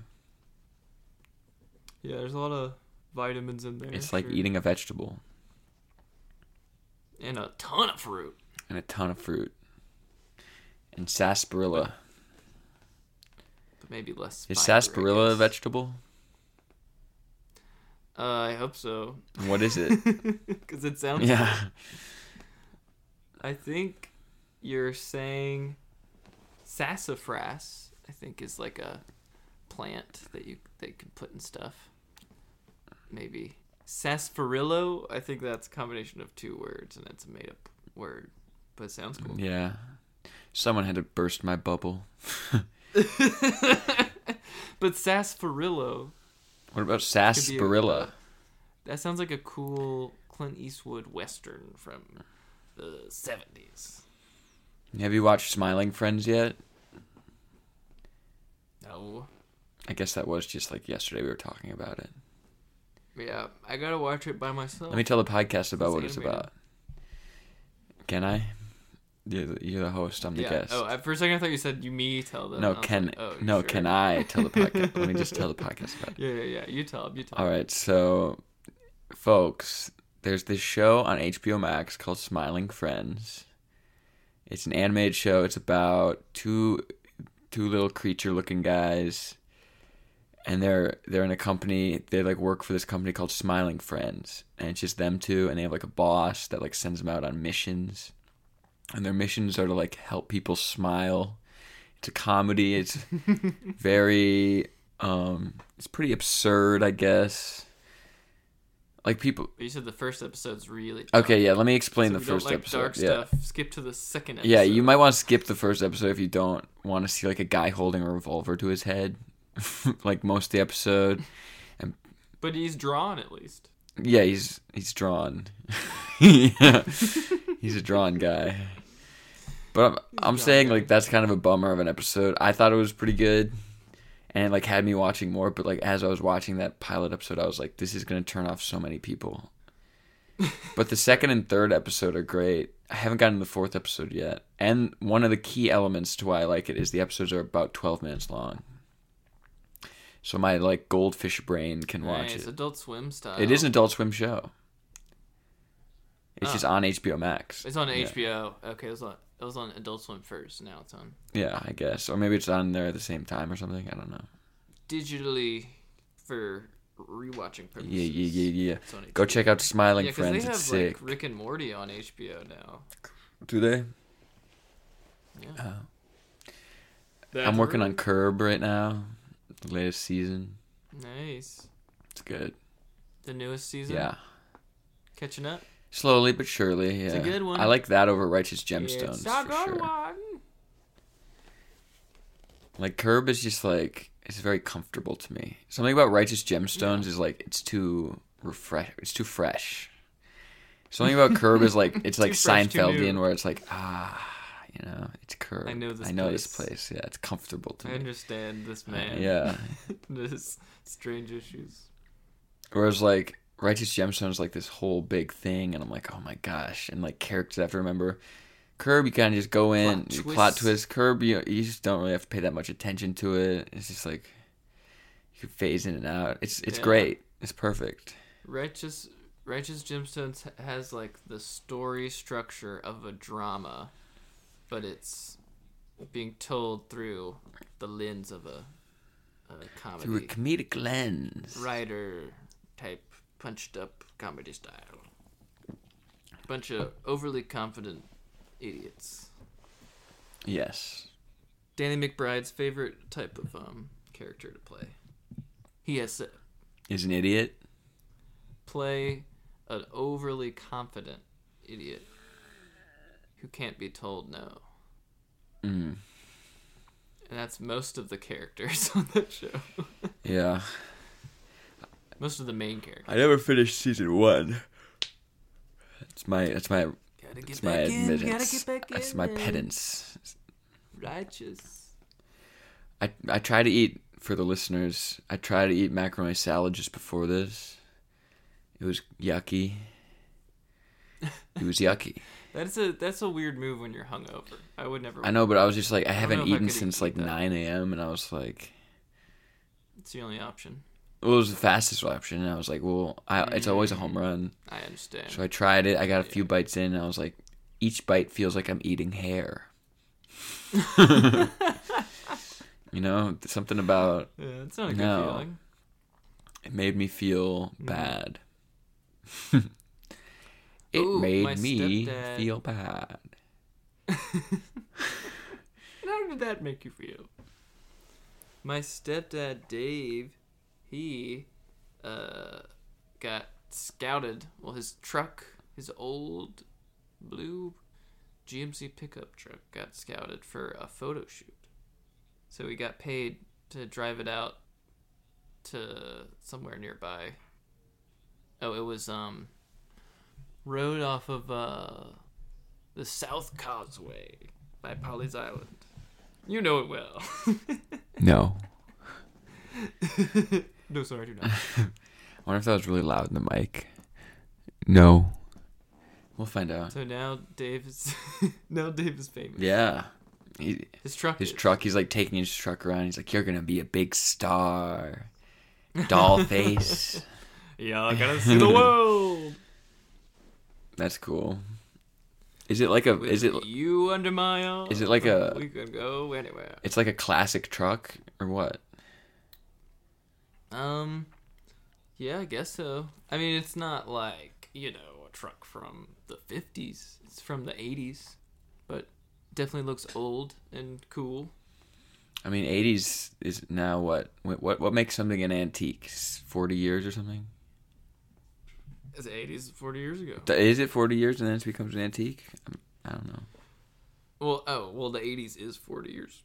[SPEAKER 1] Yeah, there's a lot of vitamins in there.
[SPEAKER 2] It's like
[SPEAKER 1] sure.
[SPEAKER 2] eating a vegetable
[SPEAKER 1] and a ton of fruit.
[SPEAKER 2] and a ton of fruit and sarsaparilla.
[SPEAKER 1] But maybe less. fiber,
[SPEAKER 2] Is
[SPEAKER 1] I
[SPEAKER 2] sarsaparilla a
[SPEAKER 1] guess.
[SPEAKER 2] vegetable?
[SPEAKER 1] Uh, I hope so.
[SPEAKER 2] What is it?
[SPEAKER 1] Because it sounds.
[SPEAKER 2] yeah.
[SPEAKER 1] I think you're saying sassafras. I think is like a plant that you they can put in stuff. Maybe sarsaparillo. I think that's a combination of two words, and it's a made up word, but it sounds cool.
[SPEAKER 2] Yeah. Someone had to burst my bubble. Mm.
[SPEAKER 1] but sarsaparillo.
[SPEAKER 2] What
[SPEAKER 1] could
[SPEAKER 2] about
[SPEAKER 1] be a- uh,
[SPEAKER 2] sarsaparilla?
[SPEAKER 1] That sounds like a cool Clint Eastwood western from the seventies.
[SPEAKER 2] Have you watched Smiling Friends yet?
[SPEAKER 1] No.
[SPEAKER 2] I guess that was just like yesterday we were talking about it.
[SPEAKER 1] Yeah, I gotta watch it by myself.
[SPEAKER 2] Let me tell the podcast about what it's
[SPEAKER 1] animated.
[SPEAKER 2] about. Can I? You're the, you're the host. I'm the guest.
[SPEAKER 1] Oh, I, for a second I thought you said you me tell them.
[SPEAKER 2] no,
[SPEAKER 1] I was
[SPEAKER 2] can
[SPEAKER 1] like, oh,
[SPEAKER 2] no
[SPEAKER 1] sure.
[SPEAKER 2] can I tell the podcast? Let me just tell the podcast about it.
[SPEAKER 1] Yeah, yeah, yeah. You tell them. You tell.
[SPEAKER 2] All right, so folks, there's this show on HBO Max called Smiling Friends. It's an animated show. It's about two two little creature-looking guys and they're they're in a company. They like work for this company called Smiling Friends, and it's just them two and they have like a boss that like sends them out on missions. And their missions are to like help people smile. It's a comedy. It's very um it's pretty absurd, I guess. Like people
[SPEAKER 1] But you said the first episode's really.
[SPEAKER 2] Okay, yeah, let me explain
[SPEAKER 1] So
[SPEAKER 2] the
[SPEAKER 1] if you don't
[SPEAKER 2] first
[SPEAKER 1] like
[SPEAKER 2] episode.
[SPEAKER 1] Dark
[SPEAKER 2] yeah.
[SPEAKER 1] stuff. Skip to the second. episode.
[SPEAKER 2] Yeah, you might want to skip the first episode if you don't want to see like a guy holding a revolver to his head, like most of the episode.
[SPEAKER 1] But he's drawn at least.
[SPEAKER 2] Yeah, he's he's drawn. yeah. he's a drawn guy. But I'm, I'm
[SPEAKER 1] drawn
[SPEAKER 2] saying
[SPEAKER 1] guy.
[SPEAKER 2] like that's kind of a bummer of an episode. I thought it was pretty good, and it, like had me watching more. But like as I was watching that pilot episode, I was like, this is gonna turn off so many people. but the second and third episode are great. I haven't gotten to the fourth episode yet, and one of the key elements to why I like it is the episodes are about 12 minutes long. So my like goldfish brain can watch
[SPEAKER 1] nice.
[SPEAKER 2] it.
[SPEAKER 1] Adult Swim style.
[SPEAKER 2] It is an Adult Swim show. It's
[SPEAKER 1] Oh.
[SPEAKER 2] just on HBO Max.
[SPEAKER 1] It's on
[SPEAKER 2] Yeah.
[SPEAKER 1] HBO. Okay, it was on. It was on Adult Swim first. Now it's on
[SPEAKER 2] Yeah, I guess, or maybe it's on there at the same time or something. I don't know.
[SPEAKER 1] digitally for rewatching purposes.
[SPEAKER 2] Yeah, yeah, yeah, yeah.
[SPEAKER 1] It's on
[SPEAKER 2] Go
[SPEAKER 1] HBO.
[SPEAKER 2] check out Smiling
[SPEAKER 1] Yeah, 'cause
[SPEAKER 2] Friends.
[SPEAKER 1] they have
[SPEAKER 2] It's sick.
[SPEAKER 1] like Rick and Morty on HBO now.
[SPEAKER 2] Do they?
[SPEAKER 1] Yeah.
[SPEAKER 2] I'm working on Curb right now. The latest season.
[SPEAKER 1] Nice.
[SPEAKER 2] It's good.
[SPEAKER 1] The newest season.
[SPEAKER 2] Yeah.
[SPEAKER 1] Catching up.
[SPEAKER 2] Slowly but surely. Yeah.
[SPEAKER 1] a good one.
[SPEAKER 2] I like that over Righteous
[SPEAKER 1] It's
[SPEAKER 2] Gemstones
[SPEAKER 1] not
[SPEAKER 2] for sure.
[SPEAKER 1] good one.
[SPEAKER 2] Like Curb is just like it's very comfortable to me. Something about Righteous Gemstones is like it's too refresh. It's too fresh. Something about Curb is like it's like
[SPEAKER 1] Too fresh, too
[SPEAKER 2] Seinfeldian,
[SPEAKER 1] new.
[SPEAKER 2] where it's like ah, you know, it's Curb.
[SPEAKER 1] I know this
[SPEAKER 2] I know this
[SPEAKER 1] place.
[SPEAKER 2] place. Yeah, it's comfortable to
[SPEAKER 1] I
[SPEAKER 2] me.
[SPEAKER 1] understand this man.
[SPEAKER 2] Yeah.
[SPEAKER 1] this strange issues.
[SPEAKER 2] Whereas like Righteous Gemstones is like this whole big thing, and I'm like, oh my gosh, and like characters I have to remember. Curb, you kind of just go in,
[SPEAKER 1] Plot
[SPEAKER 2] you
[SPEAKER 1] twists.
[SPEAKER 2] plot twist. Curb, you, you just don't really have to pay that much attention to it. It's just like you can phase in and out. It's it's
[SPEAKER 1] Yeah.
[SPEAKER 2] great. It's perfect.
[SPEAKER 1] Righteous Righteous Gemstones ha- has like the story structure of a drama, but it's being told through the lens of a, a
[SPEAKER 2] Through a
[SPEAKER 1] comedy
[SPEAKER 2] comedic lens,
[SPEAKER 1] writer type punched up comedy style. Bunch of overly confident idiots.
[SPEAKER 2] Yes.
[SPEAKER 1] Danny McBride's favorite type of um, character to play. He has to
[SPEAKER 2] Is an idiot.
[SPEAKER 1] play an overly confident idiot who can't be told no.
[SPEAKER 2] Mm.
[SPEAKER 1] And that's most of the characters on that show.
[SPEAKER 2] Yeah.
[SPEAKER 1] most of the main characters.
[SPEAKER 2] I never finished season one. That's my that's my
[SPEAKER 1] Gotta get
[SPEAKER 2] that's my
[SPEAKER 1] back in. Gotta
[SPEAKER 2] admittance.
[SPEAKER 1] get back in.
[SPEAKER 2] That's my
[SPEAKER 1] man.
[SPEAKER 2] pedance.
[SPEAKER 1] Righteous.
[SPEAKER 2] I I try to eat for the listeners. I try to eat macaroni salad just before this. It was yucky. It was yucky.
[SPEAKER 1] That's a that's a weird move when you're hungover. I would never.
[SPEAKER 2] I know, but I was just like, I
[SPEAKER 1] know
[SPEAKER 2] haven't
[SPEAKER 1] if I
[SPEAKER 2] eaten
[SPEAKER 1] could
[SPEAKER 2] since
[SPEAKER 1] eat
[SPEAKER 2] like
[SPEAKER 1] that.
[SPEAKER 2] 9 a.m. and I was like,
[SPEAKER 1] It's the only option.
[SPEAKER 2] well, it was the fastest option. And I was like, well, I, it's always a
[SPEAKER 1] Mm.
[SPEAKER 2] home run.
[SPEAKER 1] I understand.
[SPEAKER 2] So I tried it. I got a few bites in, and I was like, each bite feels like I'm eating hair. you know, something about
[SPEAKER 1] yeah, it's not a good
[SPEAKER 2] No.
[SPEAKER 1] feeling.
[SPEAKER 2] it made me feel
[SPEAKER 1] Mm.
[SPEAKER 2] bad. it
[SPEAKER 1] Ooh, my
[SPEAKER 2] made me
[SPEAKER 1] stepdad-
[SPEAKER 2] feel bad.
[SPEAKER 1] How did that make you feel? My stepdad Dave, he uh got scouted. Well, his truck, his old blue GMC pickup truck got scouted for a photo shoot. So he got paid to drive it out to somewhere nearby. Oh, it was um road off of uh the South Causeway by Polly's Island. You know it well.
[SPEAKER 2] No.
[SPEAKER 1] no, sorry, I do not.
[SPEAKER 2] I wonder if that was really loud in the mic. No. We'll find out.
[SPEAKER 1] So now Dave is now Dave is famous.
[SPEAKER 2] Yeah. He,
[SPEAKER 1] His truck.
[SPEAKER 2] his
[SPEAKER 1] is.
[SPEAKER 2] truck, he's like taking his truck around. He's like, You're going to be a big star. Dollface.
[SPEAKER 1] Yeah, I gotta see the world.
[SPEAKER 2] That's cool. Is it like a
[SPEAKER 1] With
[SPEAKER 2] is it
[SPEAKER 1] you under my arm?
[SPEAKER 2] is it like a-
[SPEAKER 1] We could go anywhere.
[SPEAKER 2] it's like a classic truck or what?
[SPEAKER 1] Um, yeah, I guess so. I mean, it's not like you know a truck from the fifties. It's from the eighties, but definitely looks old and cool.
[SPEAKER 2] I mean, 80s is now what what what, what makes something an antique? S- 40 years or something?
[SPEAKER 1] It's eighties, forty years ago.
[SPEAKER 2] Th- Is it 40 years and then it becomes an antique? I'm- I don't know.
[SPEAKER 1] Well, oh, well, the 80s is 40 years.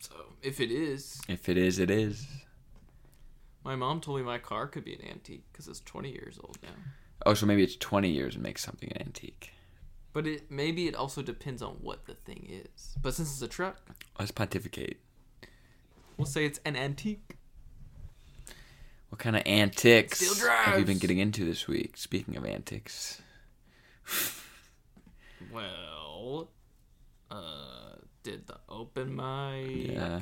[SPEAKER 1] So, if it is,
[SPEAKER 2] If it is, it is.
[SPEAKER 1] my mom told me my car could be an antique because it's 20 years old now.
[SPEAKER 2] Oh, so maybe it's 20 years and makes something an antique.
[SPEAKER 1] But it maybe it also depends on what the thing is. But since it's a truck,
[SPEAKER 2] Let's pontificate.
[SPEAKER 1] we'll say it's an antique.
[SPEAKER 2] What kind of antics
[SPEAKER 1] Still
[SPEAKER 2] have you been
[SPEAKER 1] drives.
[SPEAKER 2] getting into this week? Speaking of antics,
[SPEAKER 1] Well, uh, did the open mic,
[SPEAKER 2] yeah,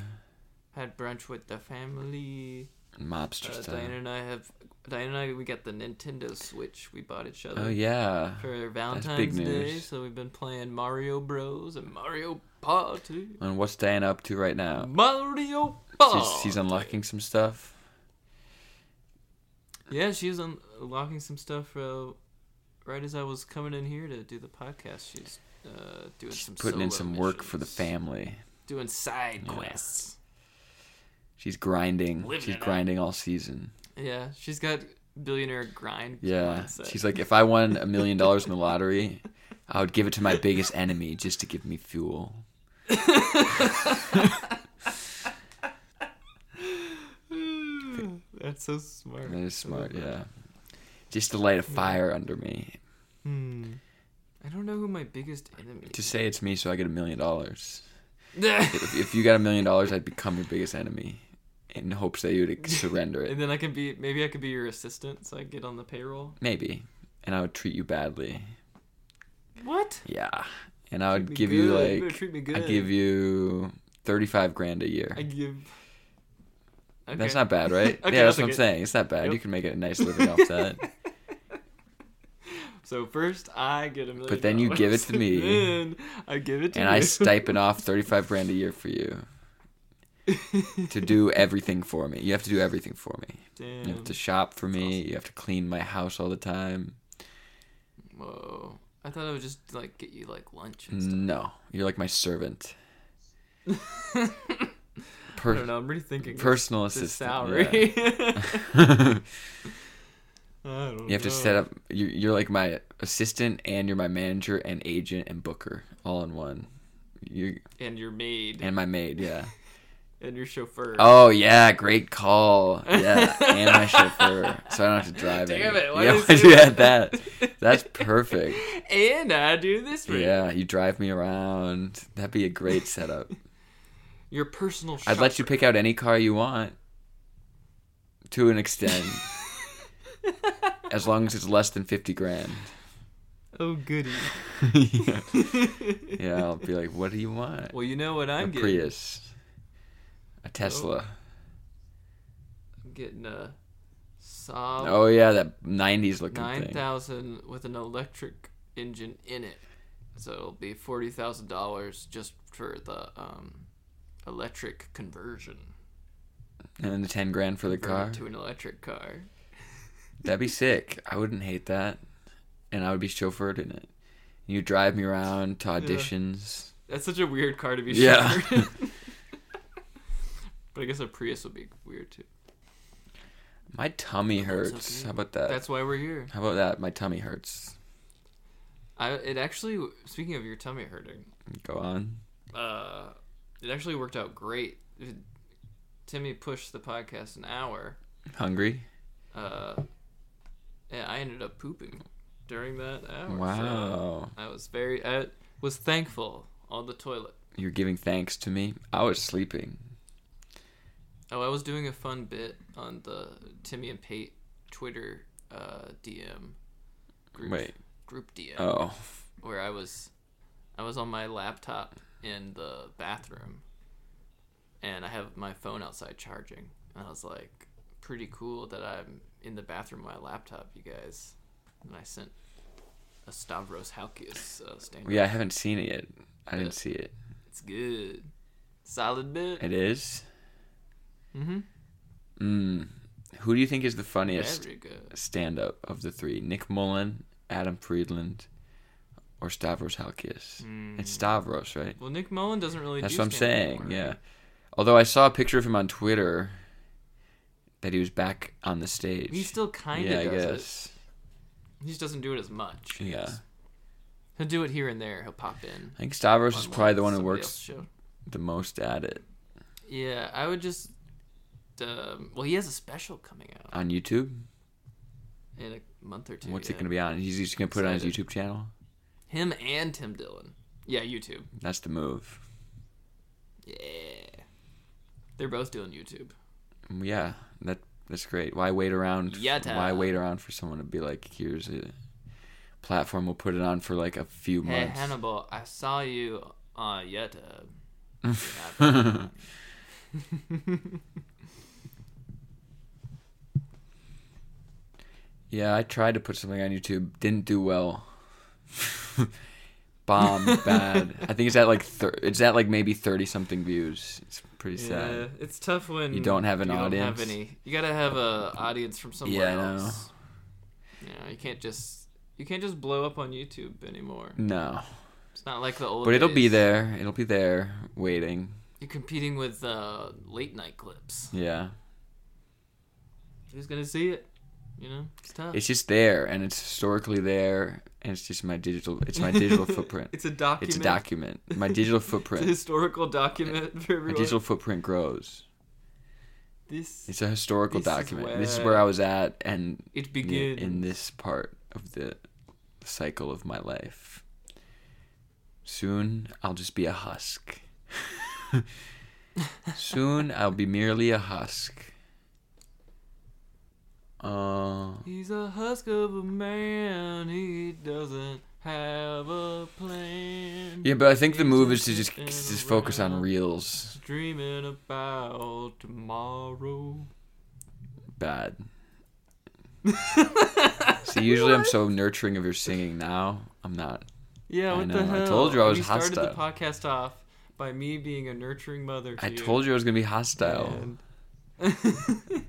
[SPEAKER 1] had brunch with the family.
[SPEAKER 2] mobster
[SPEAKER 1] Uh,
[SPEAKER 2] stuff.
[SPEAKER 1] Diana and I have Diana and I we got the Nintendo Switch. We bought each other.
[SPEAKER 2] Oh yeah,
[SPEAKER 1] for
[SPEAKER 2] big
[SPEAKER 1] Valentine's Day,
[SPEAKER 2] news.
[SPEAKER 1] so we've been playing Mario Bros and Mario Party.
[SPEAKER 2] and what's Diana up to right now?
[SPEAKER 1] Mario Party.
[SPEAKER 2] She's, she's unlocking some stuff.
[SPEAKER 1] Yeah, she's un- unlocking some stuff. Uh, right as I was coming in here to do the podcast, she's uh, doing
[SPEAKER 2] She's
[SPEAKER 1] some
[SPEAKER 2] putting in
[SPEAKER 1] solo
[SPEAKER 2] some work for the
[SPEAKER 1] missions,
[SPEAKER 2] family.
[SPEAKER 1] Doing side
[SPEAKER 2] Yeah.
[SPEAKER 1] quests.
[SPEAKER 2] She's grinding.
[SPEAKER 1] Living
[SPEAKER 2] She's
[SPEAKER 1] it up.
[SPEAKER 2] grinding all season.
[SPEAKER 1] Yeah, she's got billionaire grind.
[SPEAKER 2] Yeah,
[SPEAKER 1] mindset.
[SPEAKER 2] she's like, if I won a million dollars in the lottery, I would give it to my biggest enemy just to give me fuel.
[SPEAKER 1] that's so smart.
[SPEAKER 2] That is
[SPEAKER 1] I love
[SPEAKER 2] smart. Yeah, just to light a fire under me.
[SPEAKER 1] Hmm. I don't know who my biggest enemy.
[SPEAKER 2] To say it's me, so I get a million dollars.
[SPEAKER 1] is.
[SPEAKER 2] If, if you got a million dollars, I'd become your biggest enemy, in hopes that you'd surrender it.
[SPEAKER 1] And then I can be maybe I could be your assistant, so I get on the payroll.
[SPEAKER 2] Maybe, and I would treat you badly.
[SPEAKER 1] What?
[SPEAKER 2] Yeah, and I would
[SPEAKER 1] Treat me
[SPEAKER 2] give
[SPEAKER 1] good. You
[SPEAKER 2] you
[SPEAKER 1] better
[SPEAKER 2] like
[SPEAKER 1] treat me
[SPEAKER 2] I
[SPEAKER 1] good.
[SPEAKER 2] give you thirty-five grand a year.
[SPEAKER 1] I give. Okay.
[SPEAKER 2] That's not bad, right?
[SPEAKER 1] Okay,
[SPEAKER 2] yeah, that's
[SPEAKER 1] I'll take
[SPEAKER 2] what I'm
[SPEAKER 1] it.
[SPEAKER 2] saying. It's not bad.
[SPEAKER 1] Yep.
[SPEAKER 2] You can make a nice living off that.
[SPEAKER 1] So first I get a million.
[SPEAKER 2] But then you give it to
[SPEAKER 1] dollars,
[SPEAKER 2] me.
[SPEAKER 1] and Then I give it to
[SPEAKER 2] and
[SPEAKER 1] you.
[SPEAKER 2] I stipend off 35 grand a year for you. to do everything for me. You have to do everything for me. You
[SPEAKER 1] Damn.
[SPEAKER 2] have to shop for me. You have to clean my house all the time.
[SPEAKER 1] Whoa. I thought I would just like get you like lunch and stuff.
[SPEAKER 2] No, you're like my servant.
[SPEAKER 1] I
[SPEAKER 2] Per-
[SPEAKER 1] don't know. I'm rethinking this,
[SPEAKER 2] personal
[SPEAKER 1] this
[SPEAKER 2] assistant.
[SPEAKER 1] salary.
[SPEAKER 2] yeah.
[SPEAKER 1] I don't
[SPEAKER 2] you have to
[SPEAKER 1] know.
[SPEAKER 2] set up. You're, you're like my assistant, and you're my manager, and agent, and booker, all in one. You
[SPEAKER 1] and your maid and,
[SPEAKER 2] and my maid. Yeah.
[SPEAKER 1] your chauffeur.
[SPEAKER 2] Oh yeah, great call. Yeah, and my chauffeur, so I don't have to drive
[SPEAKER 1] Damn
[SPEAKER 2] any-
[SPEAKER 1] it, why
[SPEAKER 2] yeah,
[SPEAKER 1] did you
[SPEAKER 2] why
[SPEAKER 1] say
[SPEAKER 2] do you add
[SPEAKER 1] that?
[SPEAKER 2] that? That's perfect.
[SPEAKER 1] And I do this for you.
[SPEAKER 2] Yeah, you drive me around. That'd be a great setup.
[SPEAKER 1] Your personal.
[SPEAKER 2] I'd let you pick out any car you want. To an extent, as long as it's less than fifty grand.
[SPEAKER 1] oh goody.
[SPEAKER 2] yeah. yeah, I'll be like, "What do you want?
[SPEAKER 1] Well, you know what I'm
[SPEAKER 2] a
[SPEAKER 1] getting. Oh,
[SPEAKER 2] Prius, a Tesla."
[SPEAKER 1] I'm getting a Saab
[SPEAKER 2] Oh yeah, that '90s looking
[SPEAKER 1] nine
[SPEAKER 2] thing.
[SPEAKER 1] thousand with an electric engine in it. So it'll be forty thousand dollars just for the um, electric conversion
[SPEAKER 2] and the ten grand for the
[SPEAKER 1] converted
[SPEAKER 2] car.
[SPEAKER 1] to an electric car.
[SPEAKER 2] That'd be sick. I wouldn't hate that, and I would be chauffeured in it. You drive me around to auditions.
[SPEAKER 1] That's such a weird car to be
[SPEAKER 2] Yeah.
[SPEAKER 1] sure. but I guess a Prius would be weird too.
[SPEAKER 2] My tummy
[SPEAKER 1] that's
[SPEAKER 2] hurts.
[SPEAKER 1] okay.
[SPEAKER 2] How about that?
[SPEAKER 1] That's why we're here.
[SPEAKER 2] How about that? My tummy hurts.
[SPEAKER 1] I it actually speaking of your tummy hurting,
[SPEAKER 2] Go on.
[SPEAKER 1] uh, it actually worked out great. Timmy pushed the podcast an hour.
[SPEAKER 2] Hungry?
[SPEAKER 1] Uh, and I ended up pooping during that hour. So
[SPEAKER 2] Wow.
[SPEAKER 1] I was very I was thankful on the toilet.
[SPEAKER 2] You're giving thanks to me. I was sleeping.
[SPEAKER 1] Oh, I was doing a fun bit on the Timmy and Pate Twitter uh, DM group
[SPEAKER 2] Wait.
[SPEAKER 1] group DM
[SPEAKER 2] Oh.
[SPEAKER 1] where I was I was on my laptop in the bathroom and I have my phone outside charging. And I was like, pretty cool that I'm in the bathroom with my laptop, you guys. And I sent a Stavros Halkias uh, stand
[SPEAKER 2] Yeah, I haven't seen it yet. I didn't see it.
[SPEAKER 1] It's good. Solid bit.
[SPEAKER 2] It is?
[SPEAKER 1] Mm-hmm.
[SPEAKER 2] Mm. Who do you think is the funniest
[SPEAKER 1] Very good.
[SPEAKER 2] stand up of the three? Nick Mullen, Adam Friedland, or Stavros Halkias? It's Stavros, right?
[SPEAKER 1] Well, Nick Mullen doesn't really
[SPEAKER 2] That's
[SPEAKER 1] Hmm. do
[SPEAKER 2] what I'm
[SPEAKER 1] stand-up
[SPEAKER 2] saying,
[SPEAKER 1] anymore,
[SPEAKER 2] yeah.
[SPEAKER 1] right?
[SPEAKER 2] Although I saw a picture of him on Twitter that he was back on the stage.
[SPEAKER 1] He still kind of
[SPEAKER 2] yeah, I
[SPEAKER 1] does
[SPEAKER 2] guess.
[SPEAKER 1] it. He just doesn't do it as much.
[SPEAKER 2] Yeah.
[SPEAKER 1] He'll do it here and there. He'll pop in.
[SPEAKER 2] I think Stavros
[SPEAKER 1] on
[SPEAKER 2] is probably the one who
[SPEAKER 1] somebody
[SPEAKER 2] works
[SPEAKER 1] else's show.
[SPEAKER 2] the most at it
[SPEAKER 1] Yeah, I would just. Um, well, he has a special coming out
[SPEAKER 2] on YouTube.
[SPEAKER 1] in a month or two.
[SPEAKER 2] What's
[SPEAKER 1] yeah.
[SPEAKER 2] it gonna be on? He's just gonna put it on his
[SPEAKER 1] Excited.
[SPEAKER 2] YouTube channel.
[SPEAKER 1] Him and Tim Dillon. Yeah, YouTube.
[SPEAKER 2] That's the move.
[SPEAKER 1] Yeah, they're both doing YouTube.
[SPEAKER 2] Mm, Yeah, that that's great. Why wait around? f-
[SPEAKER 1] Yatta.
[SPEAKER 2] Why wait around for someone to be like, here's a platform. We'll put it on for like a few
[SPEAKER 1] Hey,
[SPEAKER 2] months.
[SPEAKER 1] Hannibal, I saw you uh, on YouTube.
[SPEAKER 2] yeah, I tried to put something on YouTube. Didn't do well. Bomb bad. I think it's at like thir- it's at like maybe thirty something views. It's pretty sad.
[SPEAKER 1] Yeah, it's tough when
[SPEAKER 2] You don't have an
[SPEAKER 1] you
[SPEAKER 2] audience.
[SPEAKER 1] Don't have any. You gotta have a audience from somewhere
[SPEAKER 2] Yeah, I know.
[SPEAKER 1] else. Yeah, you can't just you can't just blow up on YouTube anymore.
[SPEAKER 2] No,
[SPEAKER 1] It's not like the old.
[SPEAKER 2] but it'll be
[SPEAKER 1] days.
[SPEAKER 2] there. It'll be there waiting.
[SPEAKER 1] You're competing with uh, late night clips.
[SPEAKER 2] Yeah.
[SPEAKER 1] Who's gonna see it? You know, it's tough.
[SPEAKER 2] It's just there, and it's historically there, and it's just my digital. It's my digital footprint.
[SPEAKER 1] it's a document.
[SPEAKER 2] It's a document. My digital
[SPEAKER 1] It's a
[SPEAKER 2] footprint.
[SPEAKER 1] historical document for
[SPEAKER 2] My
[SPEAKER 1] everyone.
[SPEAKER 2] digital footprint grows.
[SPEAKER 1] This
[SPEAKER 2] It's a historical
[SPEAKER 1] This is
[SPEAKER 2] document. this is
[SPEAKER 1] where-
[SPEAKER 2] where I was at, and
[SPEAKER 1] it
[SPEAKER 2] in-
[SPEAKER 1] begins
[SPEAKER 2] in this part of the cycle of my life. Soon I'll just be a husk. Soon I'll be merely a husk. Uh,
[SPEAKER 1] He's a husk of a man. He doesn't have a plan.
[SPEAKER 2] yeah, but I think the
[SPEAKER 1] He's
[SPEAKER 2] move is
[SPEAKER 1] just
[SPEAKER 2] to just
[SPEAKER 1] sitting
[SPEAKER 2] just focus on
[SPEAKER 1] around.
[SPEAKER 2] reels.
[SPEAKER 1] Dreaming about tomorrow.
[SPEAKER 2] bad. See, usually I'm so nurturing of your singing. Now I'm not.
[SPEAKER 1] Yeah,
[SPEAKER 2] I
[SPEAKER 1] what
[SPEAKER 2] know,
[SPEAKER 1] the
[SPEAKER 2] I
[SPEAKER 1] hell?
[SPEAKER 2] told you I was
[SPEAKER 1] we started the
[SPEAKER 2] hostile.
[SPEAKER 1] podcast off by me being a nurturing mother. To
[SPEAKER 2] I told you I was gonna be hostile.
[SPEAKER 1] And-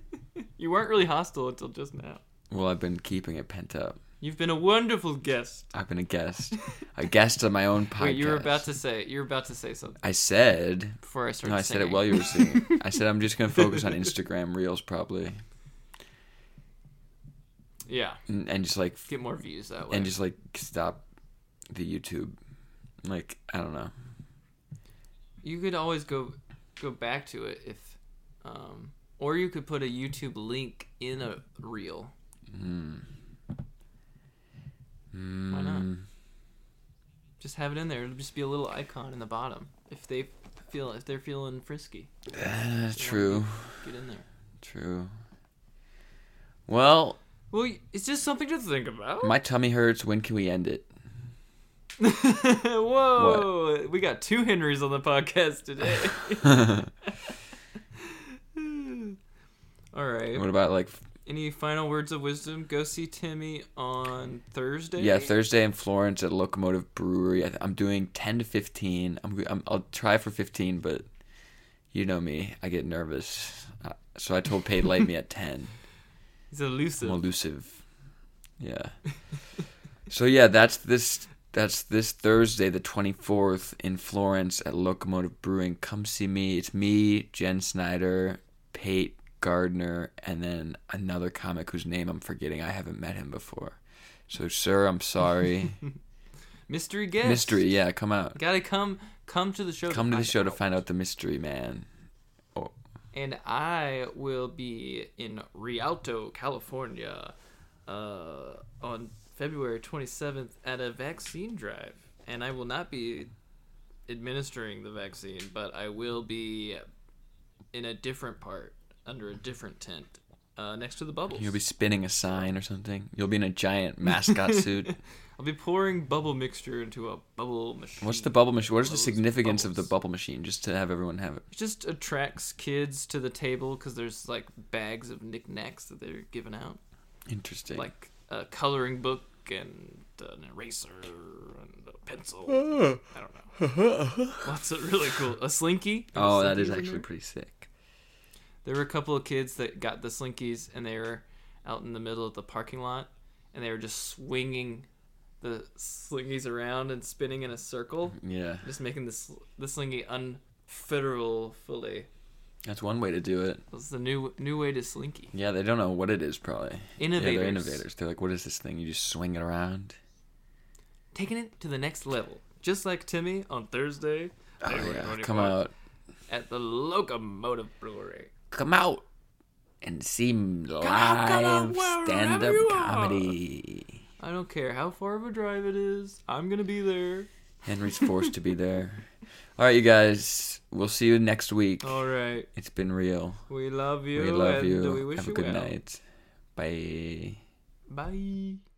[SPEAKER 1] you weren't really hostile until just now.
[SPEAKER 2] Well, I've been keeping it pent up.
[SPEAKER 1] You've been a wonderful guest.
[SPEAKER 2] I've been a guest, a guest on my own podcast.
[SPEAKER 1] Wait, you were about to say you were about to say something
[SPEAKER 2] I said.
[SPEAKER 1] before I started.
[SPEAKER 2] No, I said it
[SPEAKER 1] singing.
[SPEAKER 2] while you were singing. I said I'm just gonna focus on Instagram Reels probably,
[SPEAKER 1] yeah,
[SPEAKER 2] and, and just like
[SPEAKER 1] get more views that way.
[SPEAKER 2] and just like stop the YouTube. Like I don't know.
[SPEAKER 1] you could always go go back to it if, um, or you could put a YouTube link in a reel.
[SPEAKER 2] Hmm.
[SPEAKER 1] Why not?
[SPEAKER 2] Mm,
[SPEAKER 1] Just have it in there. It'll just be a little icon in the bottom. If they feel if they're feeling frisky,
[SPEAKER 2] eh, true.
[SPEAKER 1] get in there.
[SPEAKER 2] True. Well,
[SPEAKER 1] Well, y- it's just something to think about.
[SPEAKER 2] my tummy hurts. When can we end it?
[SPEAKER 1] Whoa, we got two Henrys on the podcast today.
[SPEAKER 2] what
[SPEAKER 1] All right.
[SPEAKER 2] about like
[SPEAKER 1] Any final words of wisdom? Go see Timmy on Thursday.
[SPEAKER 2] yeah Thursday in Florence at Locomotive Brewery? I th- I'm doing ten to fifteen. I'm, I'm I'll try for fifteen, but you know me, I get nervous. Uh, So I told Paige light me at ten.
[SPEAKER 1] He's elusive.
[SPEAKER 2] I'm elusive. Yeah. so yeah, that's this that's this Thursday, the twenty fourth, in Florence at Locomotive Brewing. Come see me. It's me, Jen Snyder, Pate Gardner, and then another comic whose name I'm forgetting. I haven't met him before. So sir, I'm sorry.
[SPEAKER 1] mystery guest.
[SPEAKER 2] mystery, yeah, come out.
[SPEAKER 1] Gotta come, come to the show.
[SPEAKER 2] Come to the
[SPEAKER 1] find
[SPEAKER 2] show to
[SPEAKER 1] out.
[SPEAKER 2] find out the mystery, man.
[SPEAKER 1] And I will be in Rialto, California, uh, on February 27th at a vaccine drive. And I will not be administering the vaccine, but I will be in a different part under a different tent uh, next to the bubbles.
[SPEAKER 2] You'll be spinning a sign or something. You'll be in a giant mascot suit.
[SPEAKER 1] I'll be pouring bubble mixture into a bubble machine.
[SPEAKER 2] What's the bubble machine? What is the
[SPEAKER 1] Those
[SPEAKER 2] significance of
[SPEAKER 1] bubbles.
[SPEAKER 2] the bubble machine? Just to have everyone have it.
[SPEAKER 1] It just attracts kids to the table because there's like bags of knickknacks that they're giving out.
[SPEAKER 2] Interesting.
[SPEAKER 1] like a coloring book and an eraser and a pencil. I don't know. Lots of really cool. A slinky. There were
[SPEAKER 2] oh, that is
[SPEAKER 1] Slinkies in
[SPEAKER 2] actually
[SPEAKER 1] there.
[SPEAKER 2] pretty sick.
[SPEAKER 1] There were a couple of kids that got the slinkies and they were out in the middle of the parking lot and they were just swinging the slinkies around and spinning in a circle,
[SPEAKER 2] Yeah,
[SPEAKER 1] just making this the slinky unfederal fully.
[SPEAKER 2] that's one way to do it.
[SPEAKER 1] That's the new new way to slinky.
[SPEAKER 2] Yeah, they don't know what it is probably.
[SPEAKER 1] Innovators.
[SPEAKER 2] Yeah, they're innovators. They're like, what is this thing? You just swing it around.
[SPEAKER 1] Taking it to the next level. Just like Timmy on Thursday.
[SPEAKER 2] Oh,
[SPEAKER 1] February
[SPEAKER 2] yeah.
[SPEAKER 1] 24th.
[SPEAKER 2] Come out,
[SPEAKER 1] at the Locomotive Brewery.
[SPEAKER 2] come out, and see
[SPEAKER 1] out, come out
[SPEAKER 2] live
[SPEAKER 1] wherever
[SPEAKER 2] stand-up
[SPEAKER 1] you are.
[SPEAKER 2] comedy.
[SPEAKER 1] I don't care how far of a drive it is. I'm gonna be there.
[SPEAKER 2] Henry's forced to be there. All right, you guys. We'll see you next week.
[SPEAKER 1] All right,
[SPEAKER 2] It's been real.
[SPEAKER 1] we love Oh. you.
[SPEAKER 2] we love
[SPEAKER 1] and
[SPEAKER 2] you.
[SPEAKER 1] We wish
[SPEAKER 2] have
[SPEAKER 1] you
[SPEAKER 2] a good
[SPEAKER 1] well.
[SPEAKER 2] night. Bye.
[SPEAKER 1] Bye.